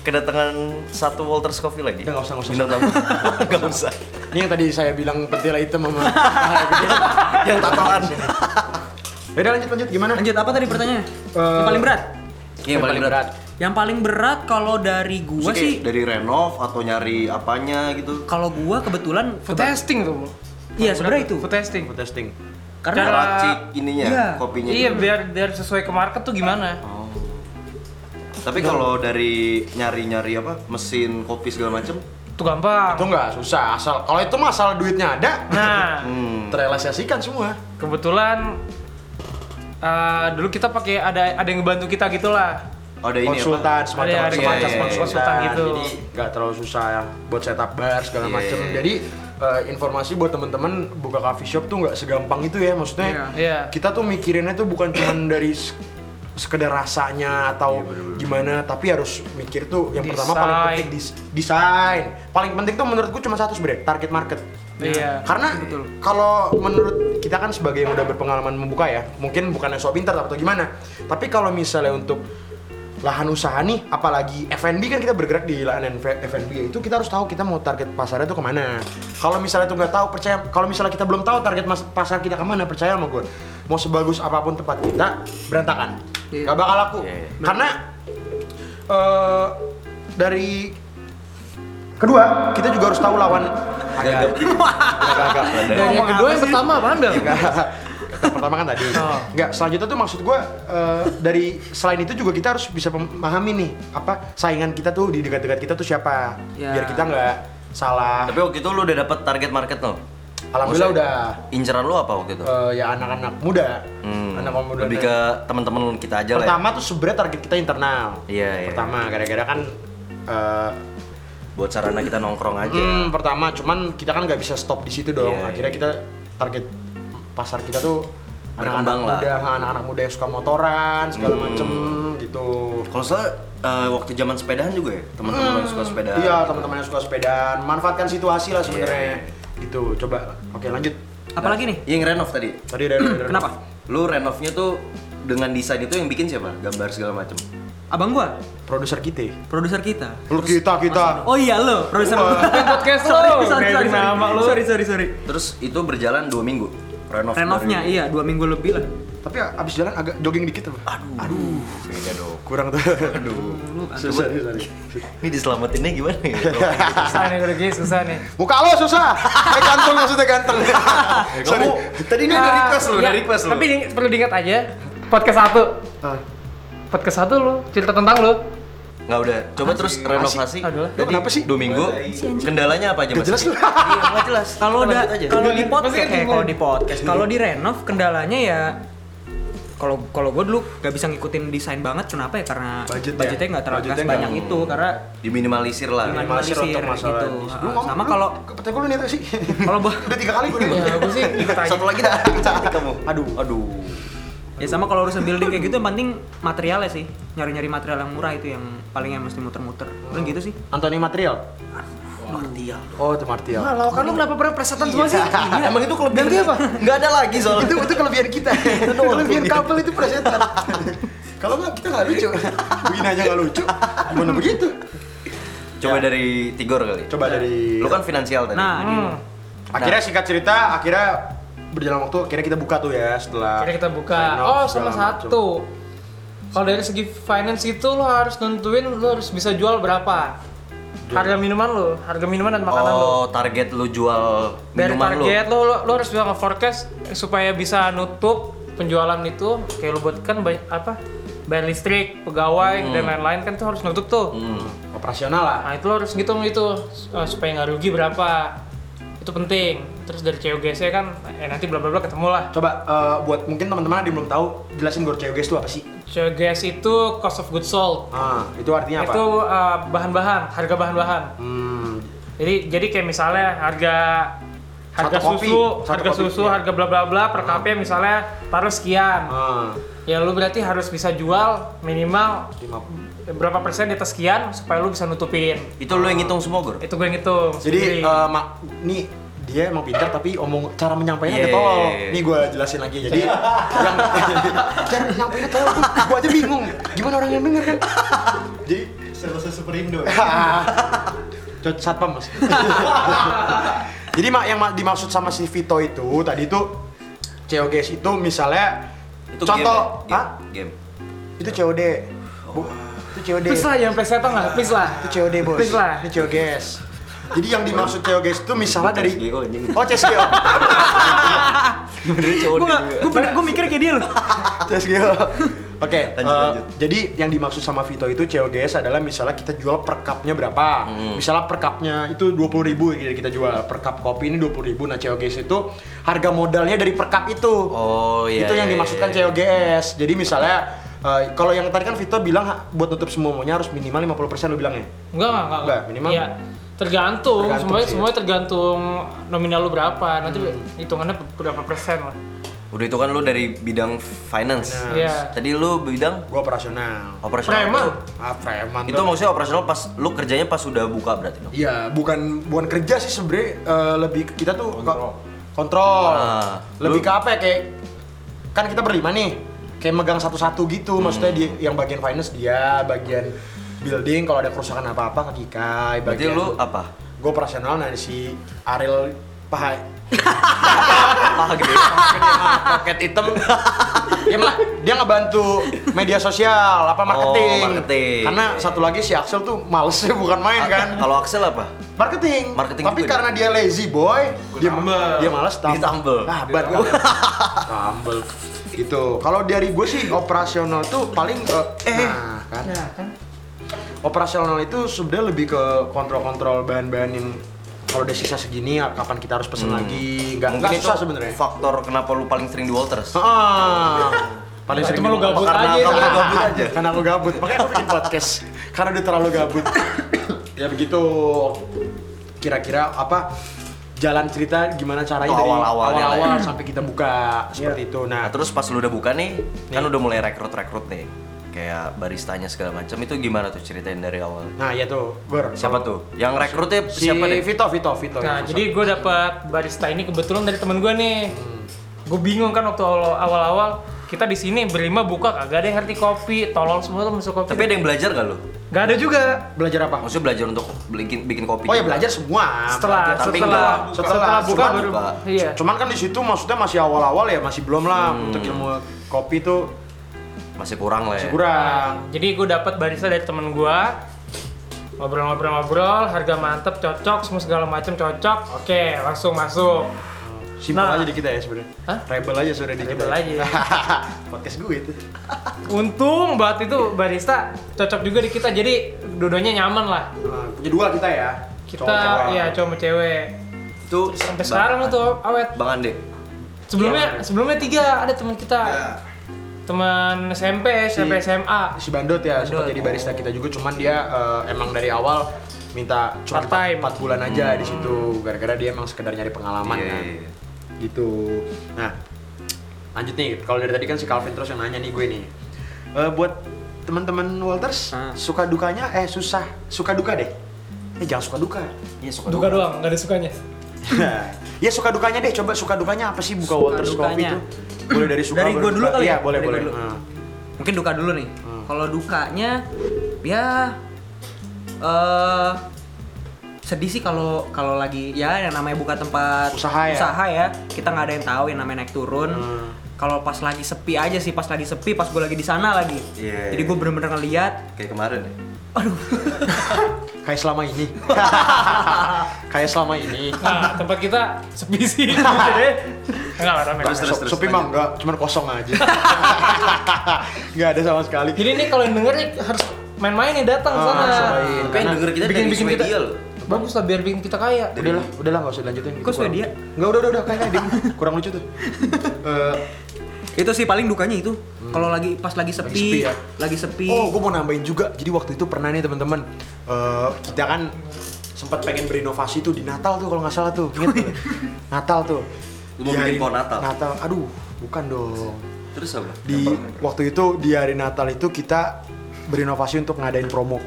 Speaker 2: kedatangan satu Walters Coffee lagi.
Speaker 1: Udah, nggak usah, nggak usah.
Speaker 2: Bintang tamu. Nggak usah.
Speaker 1: Ini yang tadi saya bilang pentila hitam sama.
Speaker 2: Yang tatoan.
Speaker 1: Yaudah lanjut lanjut gimana?
Speaker 4: Lanjut apa tadi pertanyaannya? Yang paling berat.
Speaker 2: Iya, yang paling berat.
Speaker 4: Yang paling berat kalau dari gua
Speaker 2: Maksudnya kayak
Speaker 4: sih
Speaker 2: dari renov atau nyari apanya gitu.
Speaker 4: kalau gua kebetulan
Speaker 3: Food
Speaker 4: keba-
Speaker 3: testing tuh. Bu.
Speaker 4: Iya, sebenarnya itu.
Speaker 3: Food testing.
Speaker 1: Mau testing.
Speaker 4: karena
Speaker 3: Cara-
Speaker 2: Racik ininya,
Speaker 4: Iya.
Speaker 2: kopinya. Oh.
Speaker 3: Iya,
Speaker 2: gitu.
Speaker 3: biar biar sesuai ke market tuh gimana?
Speaker 2: Tapi kalau dari nyari-nyari apa mesin kopi segala macem
Speaker 3: Itu gampang.
Speaker 1: Itu nggak susah asal kalau itu mah asal duitnya ada.
Speaker 3: Nah,
Speaker 2: Hmm.
Speaker 1: Terrealisasikan semua.
Speaker 3: kebetulan eh, dulu kita pakai ada ada yang ngebantu kita gitulah.
Speaker 2: Ada ini apa?
Speaker 1: konsultan, semacam
Speaker 3: Ada- ada
Speaker 1: konsultan,
Speaker 2: iya, iya,
Speaker 1: konsultan,
Speaker 2: iya.
Speaker 3: konsultan gitu.
Speaker 1: Jadi nggak terlalu susah ya buat setup bar segala
Speaker 2: Iya,
Speaker 1: macem.
Speaker 2: iya.
Speaker 1: Jadi eh, informasi buat temen-temen buka coffee shop tuh nggak segampang itu ya maksudnya.
Speaker 3: Iya. Iya.
Speaker 1: Kita tuh mikirinnya tuh bukan cuman dari se- sekedar rasanya atau gimana, tapi harus mikir tuh yang pertama paling
Speaker 3: Desain.
Speaker 1: penting dis- desain. Paling penting tuh menurutku cuma satu sebenarnya target market.
Speaker 3: Iya.
Speaker 1: Karena kalau menurut kita kan sebagai yang udah berpengalaman membuka ya, mungkin bukan yang sok pintar atau gimana. Tapi kalau misalnya untuk lahan usaha nih, apalagi F&B kan kita bergerak di lahan F- F&B ya, itu kita harus tahu kita mau target pasarnya tuh kemana. Kalau misalnya tuh nggak tahu, percaya. Kalau misalnya kita belum tahu target mas- pasar kita kemana, percaya sama gue. Mau sebagus apapun tempat kita, berantakan.
Speaker 4: Iya.
Speaker 1: Gak bakal laku.
Speaker 2: Iya, iya.
Speaker 1: Karena eh, dari kedua kita juga harus tahu lawan
Speaker 2: Gagap.
Speaker 1: Gagap.
Speaker 2: Oh,
Speaker 3: Dari yang kedua yang pertama apaan Bel?
Speaker 1: Enggak. Yang pertama kan tadi.
Speaker 3: Oh.
Speaker 1: Enggak, selanjutnya tuh maksud gua eh, dari selain itu juga kita harus bisa memahami nih apa saingan kita tuh di dekat-dekat kita tuh siapa.
Speaker 4: Ya.
Speaker 1: Biar kita nggak salah.
Speaker 2: Tapi waktu itu lu udah dapat target market lo?
Speaker 1: Alhamdulillah udah
Speaker 2: Inceran lu apa waktu itu?
Speaker 1: eh, ya anak-anak muda.
Speaker 2: Hmm,
Speaker 1: Anak muda.
Speaker 2: lebih ke teman-teman kita aja lah. ya.
Speaker 1: pertama tuh sebenarnya target kita internal.
Speaker 2: Iya, iya.
Speaker 1: Pertama gara-gara kan eh,
Speaker 2: Buat sarana kita nongkrong aja.
Speaker 1: Hmm, pertama cuman kita kan nggak bisa stop di situ dong.
Speaker 2: Iya, iya.
Speaker 1: Akhirnya kita target pasar kita tuh anak-anak
Speaker 2: Berkembang lah. Hmm.
Speaker 1: muda, anak-anak muda yang suka motoran segala macem gitu.
Speaker 2: Kalau salah eh, waktu zaman sepedahan juga ya, teman-teman yang suka sepeda.
Speaker 1: Iya, teman-teman yang suka sepedaan, manfaatkan situasi lah
Speaker 2: Iya,
Speaker 1: sebenarnya. Gitu, coba. Oke, lanjut.
Speaker 4: apalagi nih?
Speaker 2: Yang renov tadi.
Speaker 1: Tadi dari, dari- dari-
Speaker 4: Kenapa?
Speaker 2: Lu renovnya tuh dengan desain itu yang bikin siapa? Gambar segala macem.
Speaker 4: Abang gua,
Speaker 1: Produser kita.
Speaker 4: produser kita.
Speaker 1: Lu kita kita.
Speaker 4: Oh iya lo, produser
Speaker 1: Wah.
Speaker 4: gua.
Speaker 3: Podcast lo.
Speaker 4: Sorry, sorry, sorry,
Speaker 3: Nebeng nama lo.
Speaker 4: sorry, sorry, sorry.
Speaker 2: Terus itu berjalan dua minggu. Renov.
Speaker 4: Renovnya
Speaker 2: dari-
Speaker 4: iya dua minggu lebih lah.
Speaker 1: Tapi abis jalan agak jogging dikit apa?
Speaker 2: Aduh. Aduh. Beda dong.
Speaker 1: Kurang tuh.
Speaker 2: Aduh.
Speaker 1: susah, susah.
Speaker 2: Ini diselamatinnya gimana ya?
Speaker 3: Susah nih gue guys, susah nih.
Speaker 1: Muka lo susah. Eh ganteng maksudnya ganteng. Sorry.
Speaker 2: tadi ini
Speaker 3: Ah,
Speaker 2: udah request lu,
Speaker 3: iya.
Speaker 2: udah request lu.
Speaker 3: Tapi di- perlu diingat aja, podcast satu.
Speaker 1: Ah,
Speaker 3: Podcast satu lo, cerita tentang lo.
Speaker 2: Nggak udah. Coba terus renovasi.
Speaker 3: Aduh.
Speaker 1: Lu kenapa sih?
Speaker 2: Dua minggu. Kendalanya apa aja?
Speaker 1: Gak
Speaker 2: Mas?
Speaker 1: jelas lu.
Speaker 2: Iya, nggak jelas.
Speaker 4: Kalau
Speaker 2: Lanjut
Speaker 4: da-
Speaker 2: aja.
Speaker 4: kalau di
Speaker 3: Maksudnya
Speaker 4: podcast, eh,
Speaker 3: bingung.
Speaker 4: kalau di podcast, kalau di renov kendalanya ya kalau kalau gue dulu gak bisa ngikutin desain banget kenapa ya karena
Speaker 1: Budget ya?
Speaker 4: budgetnya nggak terlalu
Speaker 1: Budgetnya
Speaker 4: banyak
Speaker 1: nggak-
Speaker 4: itu karena
Speaker 2: Diminimalisir lah.
Speaker 4: Diminimalisir.
Speaker 1: Minimalisir untuk
Speaker 4: kayak
Speaker 1: masalah
Speaker 4: gitu.
Speaker 1: ini.
Speaker 4: Ah,
Speaker 1: Lu ngomong-
Speaker 4: sama
Speaker 1: lu
Speaker 4: kalau-
Speaker 1: ke petai gue lu niat gak sih?
Speaker 4: kalau bo-
Speaker 1: Udah tiga kali gue
Speaker 3: Ya, gue sih ikut aja.
Speaker 2: Satu lagi dah, cantik kamu. Aduh, aduh.
Speaker 4: ya sama kalau urusan building kayak gitu yang penting materialnya sih nyari-nyari material yang murah itu yang paling yang mesti muter-muter kan gitu sih
Speaker 1: Anthony Material?
Speaker 4: material
Speaker 1: Oh, itu Martial.
Speaker 3: Kalau kan lu kenapa pernah presetan semua sih?
Speaker 2: Emang itu kelebihan
Speaker 1: Ganti apa?
Speaker 2: Nggak ada lagi soalnya.
Speaker 1: itu itu kelebihan kita. kelebihan couple itu presetan. Kalau nggak kita nggak lucu. Begini aja nggak lucu. Gimana begitu?
Speaker 2: Coba dari Tigor kali.
Speaker 1: Coba dari
Speaker 2: Lu kan finansial tadi.
Speaker 4: nah
Speaker 3: Hmm.
Speaker 1: akhirnya singkat cerita akhirnya berjalan waktu akhirnya kita buka tuh ya setelah
Speaker 3: Akhirnya kita buka.
Speaker 1: sign off,
Speaker 3: Oh,
Speaker 1: segala
Speaker 3: sama
Speaker 1: macem.
Speaker 3: satu. Kalau dari segi finance itu lo harus nentuin lo harus bisa jual berapa. Harga minuman lo, harga minuman dan makanan lo.
Speaker 2: Oh, target lu jual
Speaker 3: Dari
Speaker 2: minuman lu.
Speaker 3: target lo, lo, lo harus bisa nge-forecast supaya bisa nutup penjualan itu. Kayak lo buat kan bay- apa? Bayar listrik, pegawai
Speaker 1: Hmm.
Speaker 3: dan lain-lain kan itu harus nutup tuh.
Speaker 2: Hmm.
Speaker 1: operasional lah
Speaker 3: Nah itu lo harus ngitung itu eh, supaya nggak rugi berapa. Itu penting. Terus dari COGS -nya kan eh, nanti bla bla bla ketemu lah.
Speaker 1: coba eh, buat mungkin teman-teman ada yang belum tahu jelasin gor guys itu apa sih
Speaker 3: COGS itu cost of goods sold.
Speaker 1: ah itu artinya apa
Speaker 3: Itu eh, bahan-bahan, harga bahan-bahan.
Speaker 1: hmm,
Speaker 3: Jadi jadi kayak misalnya harga harga
Speaker 1: Satu kopi,
Speaker 3: susu,
Speaker 1: satu
Speaker 3: harga
Speaker 1: kopi,
Speaker 3: susu,
Speaker 1: iya.
Speaker 3: harga bla bla bla per KP misalnya taruh sekian.
Speaker 1: ah,
Speaker 3: Ya lu berarti harus bisa jual minimal
Speaker 1: lima-
Speaker 3: berapa persen di atas sekian supaya lu bisa nutupin.
Speaker 2: Itu lu yang ngitung semua, Gor?
Speaker 3: Itu gue ngitung.
Speaker 1: jadi
Speaker 3: sendiri.
Speaker 1: eh, mak ini dia emang pintar tapi omong cara menyampaikannya
Speaker 2: Iya.
Speaker 1: agak tolol nih gue jelasin lagi jadi yang cara menyampaikannya tolol gue aja bingung gimana orang yang denger kan jadi
Speaker 5: Serasa Super Indo ya?
Speaker 1: Cot satpam mas. Jadi mak yang ma- dimaksud sama si Vito itu tadi itu COGS itu misalnya
Speaker 2: Itu
Speaker 1: contoh,
Speaker 2: game, ya?
Speaker 1: ah
Speaker 2: game. game.
Speaker 1: itu COD, Bu, itu COD,
Speaker 3: Please lah yang presetan lah, please lah.
Speaker 1: itu COD bos,
Speaker 3: Please lah.
Speaker 1: itu COGS. Jadi yang dimaksud COGS itu misalnya dari
Speaker 2: CSGO, anjing.
Speaker 1: Oh CSGO,
Speaker 2: Dari COD
Speaker 4: gue
Speaker 2: juga.
Speaker 4: gue gue mikir kayak dia loh
Speaker 1: CSGO. gitu. Oke,
Speaker 2: Lanjut,
Speaker 1: eh,
Speaker 2: lanjut.
Speaker 1: jadi yang dimaksud sama Vito itu COGS adalah misalnya kita jual per cupnya berapa
Speaker 2: Hmm.
Speaker 1: Misalnya per cupnya itu 20.000 ribu gitu, kita jual Per cup kopi ini 20.000 Nah COGS itu harga modalnya dari per cup itu
Speaker 2: Oh, iya.
Speaker 1: itu yang
Speaker 2: iya,
Speaker 1: dimaksudkan
Speaker 2: iya.
Speaker 1: COGS. Jadi misalnya eh, kalau yang tadi kan Vito bilang ha- buat nutup semuanya harus minimal 50% lu bilangnya.
Speaker 3: Enggak, enggak, enggak.
Speaker 1: Enggak, minimal.
Speaker 3: Iya. Tergantung,
Speaker 1: Tergantung sih,
Speaker 3: semuanya,
Speaker 1: ya. Hmm.
Speaker 3: semuanya tergantung nominal lu berapa. Nanti hitungannya berapa persen lah.
Speaker 2: Udah itu kan lu dari bidang finance.
Speaker 1: Finance.
Speaker 3: Iya.
Speaker 2: Tadi lu bidang
Speaker 1: Gua operasional.
Speaker 2: operasional.
Speaker 3: Preman.
Speaker 1: Ah, preman.
Speaker 2: Itu
Speaker 1: dong.
Speaker 2: maksudnya operasional pas lu kerjanya pas sudah buka berarti dong.
Speaker 1: Iya, bukan bukan kerja sih sebenarnya eh, lebih ke- kita tuh kontrol. kontrol.
Speaker 2: Ah,
Speaker 1: lebih
Speaker 2: lu-
Speaker 1: ke apa ya kayak kan kita berlima nih. Kayak megang satu-satu gitu,
Speaker 2: Hmm.
Speaker 1: maksudnya di yang bagian finance dia, bagian building kalau ada kerusakan apa-apa ke Kikai,
Speaker 2: Berarti
Speaker 1: bagian
Speaker 2: lu apa?
Speaker 1: gue operasional nah si Ariel paha Ah,
Speaker 2: Paha gede.
Speaker 1: paket item dia mah dia ngebantu media sosial apa
Speaker 2: Oh,
Speaker 1: marketing,
Speaker 2: marketing. Ah,
Speaker 1: karena satu lagi si Axel tuh malesnya bukan main kan
Speaker 2: Kalau Axel apa?
Speaker 1: marketing,
Speaker 2: Marketing
Speaker 1: tapi
Speaker 2: juga
Speaker 1: karena dia lazy boy dia dia malas
Speaker 2: Dia tambel.
Speaker 1: ah bat kan. tambel gitu kalau dari gue sih operasional tuh paling eh, nah, kan. operasional itu sebenarnya lebih ke kontrol-kontrol bahan-bahan yang kalau udah sisa segini ya kapan kita harus pesen lagi nggak nggak susah sebenarnya
Speaker 2: faktor kenapa lu paling sering di Walters.
Speaker 1: Ah. Paling
Speaker 3: Nah,
Speaker 1: sering
Speaker 3: cuma lu
Speaker 1: dimakan.
Speaker 3: gabut
Speaker 1: karena
Speaker 3: aja,
Speaker 1: kamu
Speaker 3: kan?
Speaker 1: gabut aja. Karena aku gabut. Makanya aku bikin podcast. Karena dia terlalu gabut. ya begitu. Kira-kira apa jalan cerita gimana caranya
Speaker 2: Tuh,
Speaker 1: dari
Speaker 2: awal-awalnya lah ya.
Speaker 1: awal-awal sampai kita buka seperti itu. Nah,
Speaker 2: Nah, terus pas lu udah buka nih, kan udah mulai rekrut-rekrut nih. Kayak baristanya segala macam itu gimana tuh ceritain dari awal?
Speaker 1: nah ya tuh, Gor.
Speaker 2: Siapa tuh? Yang rekrutnya
Speaker 1: Si
Speaker 2: siapa deh?
Speaker 1: Vito, Vito, Vito.
Speaker 3: Nah,
Speaker 1: Yang
Speaker 3: jadi gue dapat barista ini kebetulan dari temen gue nih.
Speaker 1: Hmm.
Speaker 3: Gue bingung kan waktu awal- awal-awal kita di sini berlima buka kagak ada yang ngerti kopi, tolol semua tuh masuk kopi.
Speaker 2: Tapi ada yang belajar gak lu?
Speaker 3: Gak ada juga.
Speaker 1: belajar apa?
Speaker 2: Maksudnya belajar untuk bikin bikin kopi. gitu?
Speaker 1: Oh ya
Speaker 2: juga?
Speaker 1: belajar semua.
Speaker 3: Setelah
Speaker 2: tapi
Speaker 3: setelah
Speaker 2: enggak.
Speaker 3: setelah,
Speaker 1: Setelah
Speaker 3: buka
Speaker 1: buka,
Speaker 3: baru
Speaker 2: buka.
Speaker 3: iya.
Speaker 1: Cuman kan di situ maksudnya masih awal-awal ya, masih belum lah untuk ilmu kopi tuh
Speaker 2: Masih kurang lah ya.
Speaker 1: masih kurang.
Speaker 3: Nah, Jadi gue dapat barista dari temen gue ngobrol-ngobrol-ngobrol, harga mantep, cocok, semua segala macam cocok. Oke, langsung masuk.
Speaker 1: Simpel
Speaker 3: Nah.
Speaker 1: aja di kita ya sebenarnya.
Speaker 3: Hah?
Speaker 1: Rebel aja sudah di kita.
Speaker 3: Rebel aja.
Speaker 1: Podcast gue itu.
Speaker 3: Untung banget itu barista cocok juga di kita, jadi dodonya nyaman lah.
Speaker 1: Nah, punya dua kita ya.
Speaker 3: Kita
Speaker 1: Cowok-cowok.
Speaker 3: ya cowok sama cewek.
Speaker 2: Itu
Speaker 3: Sampai
Speaker 2: Bang-
Speaker 3: sekarang tuh awet.
Speaker 2: Bang Ande.
Speaker 3: Sebelumnya sebelumnya tiga ada teman kita. teman SMP, SMP
Speaker 1: Si-
Speaker 3: SMA.
Speaker 1: si Bandot ya sempat jadi barista kita juga cuman dia eh, emang dari awal minta cuma
Speaker 3: Part time. Hmm.
Speaker 1: 4 bulan aja di situ gara-gara dia emang sekedar nyari pengalaman
Speaker 2: Iya,
Speaker 1: kan
Speaker 2: iya, iya.
Speaker 1: gitu nah lanjut nih kalau dari tadi kan si Calvin terus yang nanya nih gue nih Eh, buat teman-teman Walters
Speaker 4: Ah.
Speaker 3: Hmm.
Speaker 1: suka dukanya eh susah suka duka deh eh jangan suka duka
Speaker 2: Iya suka
Speaker 3: Duka doang, nggak ada sukanya.
Speaker 1: ya suka dukanya deh coba suka dukanya apa sih buka
Speaker 4: Suka
Speaker 1: Walters Coffee
Speaker 4: dukanya.
Speaker 1: itu boleh dari suka
Speaker 4: Dari
Speaker 1: boleh
Speaker 4: gua dulu
Speaker 1: duka.
Speaker 4: kali
Speaker 1: iya
Speaker 4: ya?
Speaker 1: boleh
Speaker 4: Dari
Speaker 1: boleh
Speaker 4: gua dulu.
Speaker 1: Nah.
Speaker 4: Mungkin duka dulu nih.
Speaker 1: Hmm.
Speaker 4: Kalau dukanya ya eh sedih sih kalau kalau lagi ya yang namanya buka tempat
Speaker 1: Usaha ya?
Speaker 4: ya. Kita nggak ada yang tahu yang namanya naik turun.
Speaker 1: Hmm.
Speaker 4: Kalau pas lagi sepi aja sih, pas lagi sepi, pas gue lagi di sana lagi.
Speaker 2: Iya.
Speaker 4: Jadi gue bener-bener ngeliat
Speaker 2: Kayak kemarin ya.
Speaker 1: kayak selama ini kayak selama ini
Speaker 3: Nah, tempat kita sepi sih. Jadi, Enggak lah, rame.
Speaker 2: Terus,
Speaker 1: Nah,
Speaker 2: terus,
Speaker 1: sop-
Speaker 2: terus,
Speaker 1: Sopi mah
Speaker 2: lanjut.
Speaker 1: enggak, cuman kosong aja. Enggak ada sama sekali.
Speaker 3: Jadi ini kalau yang denger nih harus main-main nih datang
Speaker 1: Ah,
Speaker 3: sana.
Speaker 1: harus main.
Speaker 2: Tapi yang Kan denger kita
Speaker 3: bikin
Speaker 2: dari
Speaker 3: bikin kita
Speaker 2: Swedia loh.
Speaker 3: bagus lah biar bikin kita kaya.
Speaker 1: Udahlah, udahlah enggak usah dilanjutin.
Speaker 4: Kok Swedia?
Speaker 1: Enggak, udah, udah, udah, kayak kayak kurang lucu tuh. Eh,
Speaker 4: itu sih paling dukanya itu. Kalau lagi pas lagi sepi,
Speaker 1: Hmm. sepi ya?
Speaker 4: lagi sepi.
Speaker 1: oh, gue mau nambahin juga. Jadi waktu itu pernah nih teman-teman, eh, kita kan sempat pengen berinovasi tuh di Natal tuh kalau nggak salah tuh, inget tuh. Natal tuh.
Speaker 2: Lu
Speaker 1: Di
Speaker 2: mau bikin
Speaker 1: hari
Speaker 2: pohon Natal?
Speaker 1: Natal, aduh, bukan dong.
Speaker 2: Terus apa?
Speaker 1: di waktu itu di hari Natal itu kita berinovasi untuk ngadain promo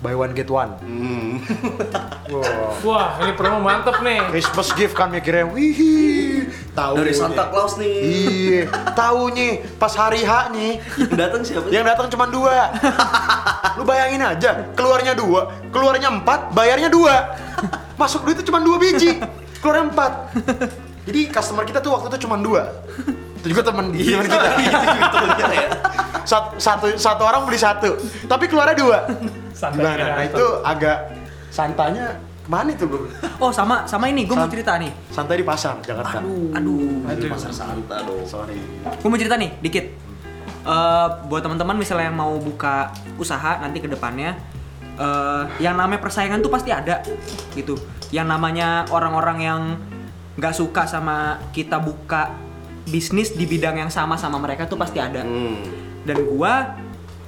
Speaker 1: buy one get one. Wow.
Speaker 3: Wah, ini promo mantep nih.
Speaker 1: Christmas gift kan mikirnya, wih, tahu
Speaker 2: Dari Santa Claus nih.
Speaker 1: Iya, tahu nih pas hari H nih
Speaker 2: Yang datang siapa?
Speaker 1: yang datang cuma dua. Lu bayangin aja, keluarnya dua, keluarnya empat, bayarnya dua. Masuk duitnya cuma dua biji, keluar empat. Jadi customer kita tuh waktu itu cuma dua. Itu juga teman teman kita.
Speaker 2: Betul ya.
Speaker 1: Sat- satu satu orang beli satu tapi keluarnya dua
Speaker 3: Santai
Speaker 1: gimana
Speaker 3: kira-kira.
Speaker 1: nah itu agak santanya kemana itu bro
Speaker 4: Oh sama sama ini gue mau
Speaker 1: Sam-
Speaker 4: cerita nih.
Speaker 1: santai di pasar Jakarta
Speaker 4: Aduh.
Speaker 2: Di pasar Santa dong.
Speaker 1: sorry
Speaker 4: gue mau cerita nih dikit Eh, buat teman-teman misalnya yang mau buka usaha nanti ke depannya eh, yang namanya persaingan tuh pasti ada gitu yang namanya orang-orang yang nggak suka sama kita buka bisnis di bidang yang sama sama mereka tuh pasti ada
Speaker 2: Hmm.
Speaker 4: dan gua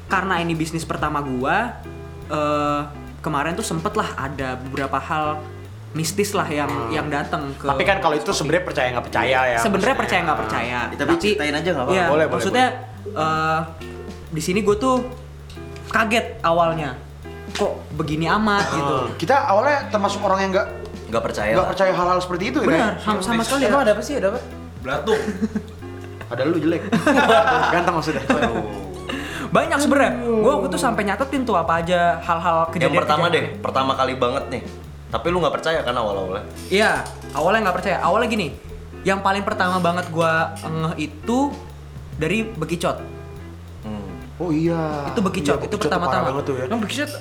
Speaker 4: karena ini bisnis pertama gua eh, kemarin tuh sempet lah ada beberapa hal mistis lah yang yang datang ke
Speaker 1: Hmm. tapi kan kalau itu sebenarnya percaya nggak percaya ya
Speaker 4: sebenarnya
Speaker 1: maksudnya.
Speaker 4: percaya nggak percaya
Speaker 2: Ya, tapi ceritain aja nggak apa-apa.
Speaker 4: iya,
Speaker 1: Boleh, boleh,
Speaker 4: maksudnya eh, di sini gue tuh kaget awalnya kok begini amat gitu
Speaker 1: Hmm. kita awalnya termasuk orang yang nggak
Speaker 2: Nggak percaya.
Speaker 1: nggak
Speaker 2: lah.
Speaker 1: percaya hal-hal seperti itu ya
Speaker 4: benar
Speaker 1: Nay?
Speaker 4: sama, sama sekali ya.
Speaker 3: Emang ada apa sih? Ada apa?
Speaker 2: Belatung.
Speaker 1: ada lu jelek ganteng maksudnya
Speaker 4: banyak sebenarnya gue waktu tuh sampai nyatetin tuh apa aja hal-hal kejadian
Speaker 2: Yang pertama deh, pertama kali banget nih. Tapi lu nggak percaya kan awal-awalnya?
Speaker 4: Iya, awalnya nggak percaya. Awalnya gini, yang paling pertama banget gua ngeh itu dari bekicot.
Speaker 2: Hmm.
Speaker 1: oh iya
Speaker 4: Ah, Itu bekicot,
Speaker 1: Iya,
Speaker 4: itu
Speaker 1: tuh parah
Speaker 4: pertama-tama.
Speaker 1: banget tuh ya
Speaker 3: Emang bikin set-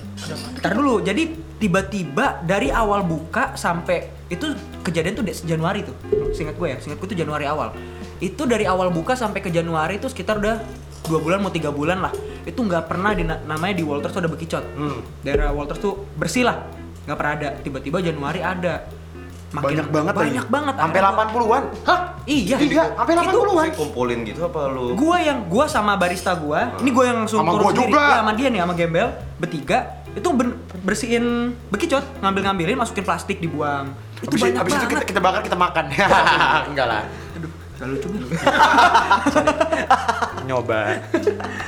Speaker 4: Ntar dulu, jadi tiba-tiba dari awal buka sampai itu kejadian tuh de- Januari tuh, singkat gue ya, singkat gue tuh Januari awal. Itu dari awal buka sampai ke Januari itu sekitar udah dua bulan mau tiga bulan lah. Itu nggak pernah di, namanya di Walters tuh ada bekicot.
Speaker 1: Hmm.
Speaker 4: Daerah Walters tuh bersih lah, nggak pernah ada. Tiba-tiba Januari ada.
Speaker 1: banyak banget lagi.
Speaker 4: banyak banget.
Speaker 1: sampai
Speaker 4: Akhirnya gua-
Speaker 1: 80-an
Speaker 4: Hah? Iya.
Speaker 1: Iya, sampai
Speaker 4: Itu
Speaker 1: 80-an.
Speaker 2: Lu kumpulin gitu apa lu?
Speaker 4: gua yang gua sama barista gua ini gua yang langsung
Speaker 1: Sama
Speaker 4: turun
Speaker 1: gua
Speaker 4: sendiri.
Speaker 1: juga.
Speaker 4: Iya, sama dia nih sama gembel bertiga itu ben- bersihin bekicot ngambil ngambilin masukin plastik dibuang itu
Speaker 1: Habis,
Speaker 4: banyak
Speaker 1: habis itu
Speaker 4: banget
Speaker 1: kita, kita bakar, kita makan. Enggak lah.
Speaker 4: Lalu cuma
Speaker 1: Nyoba.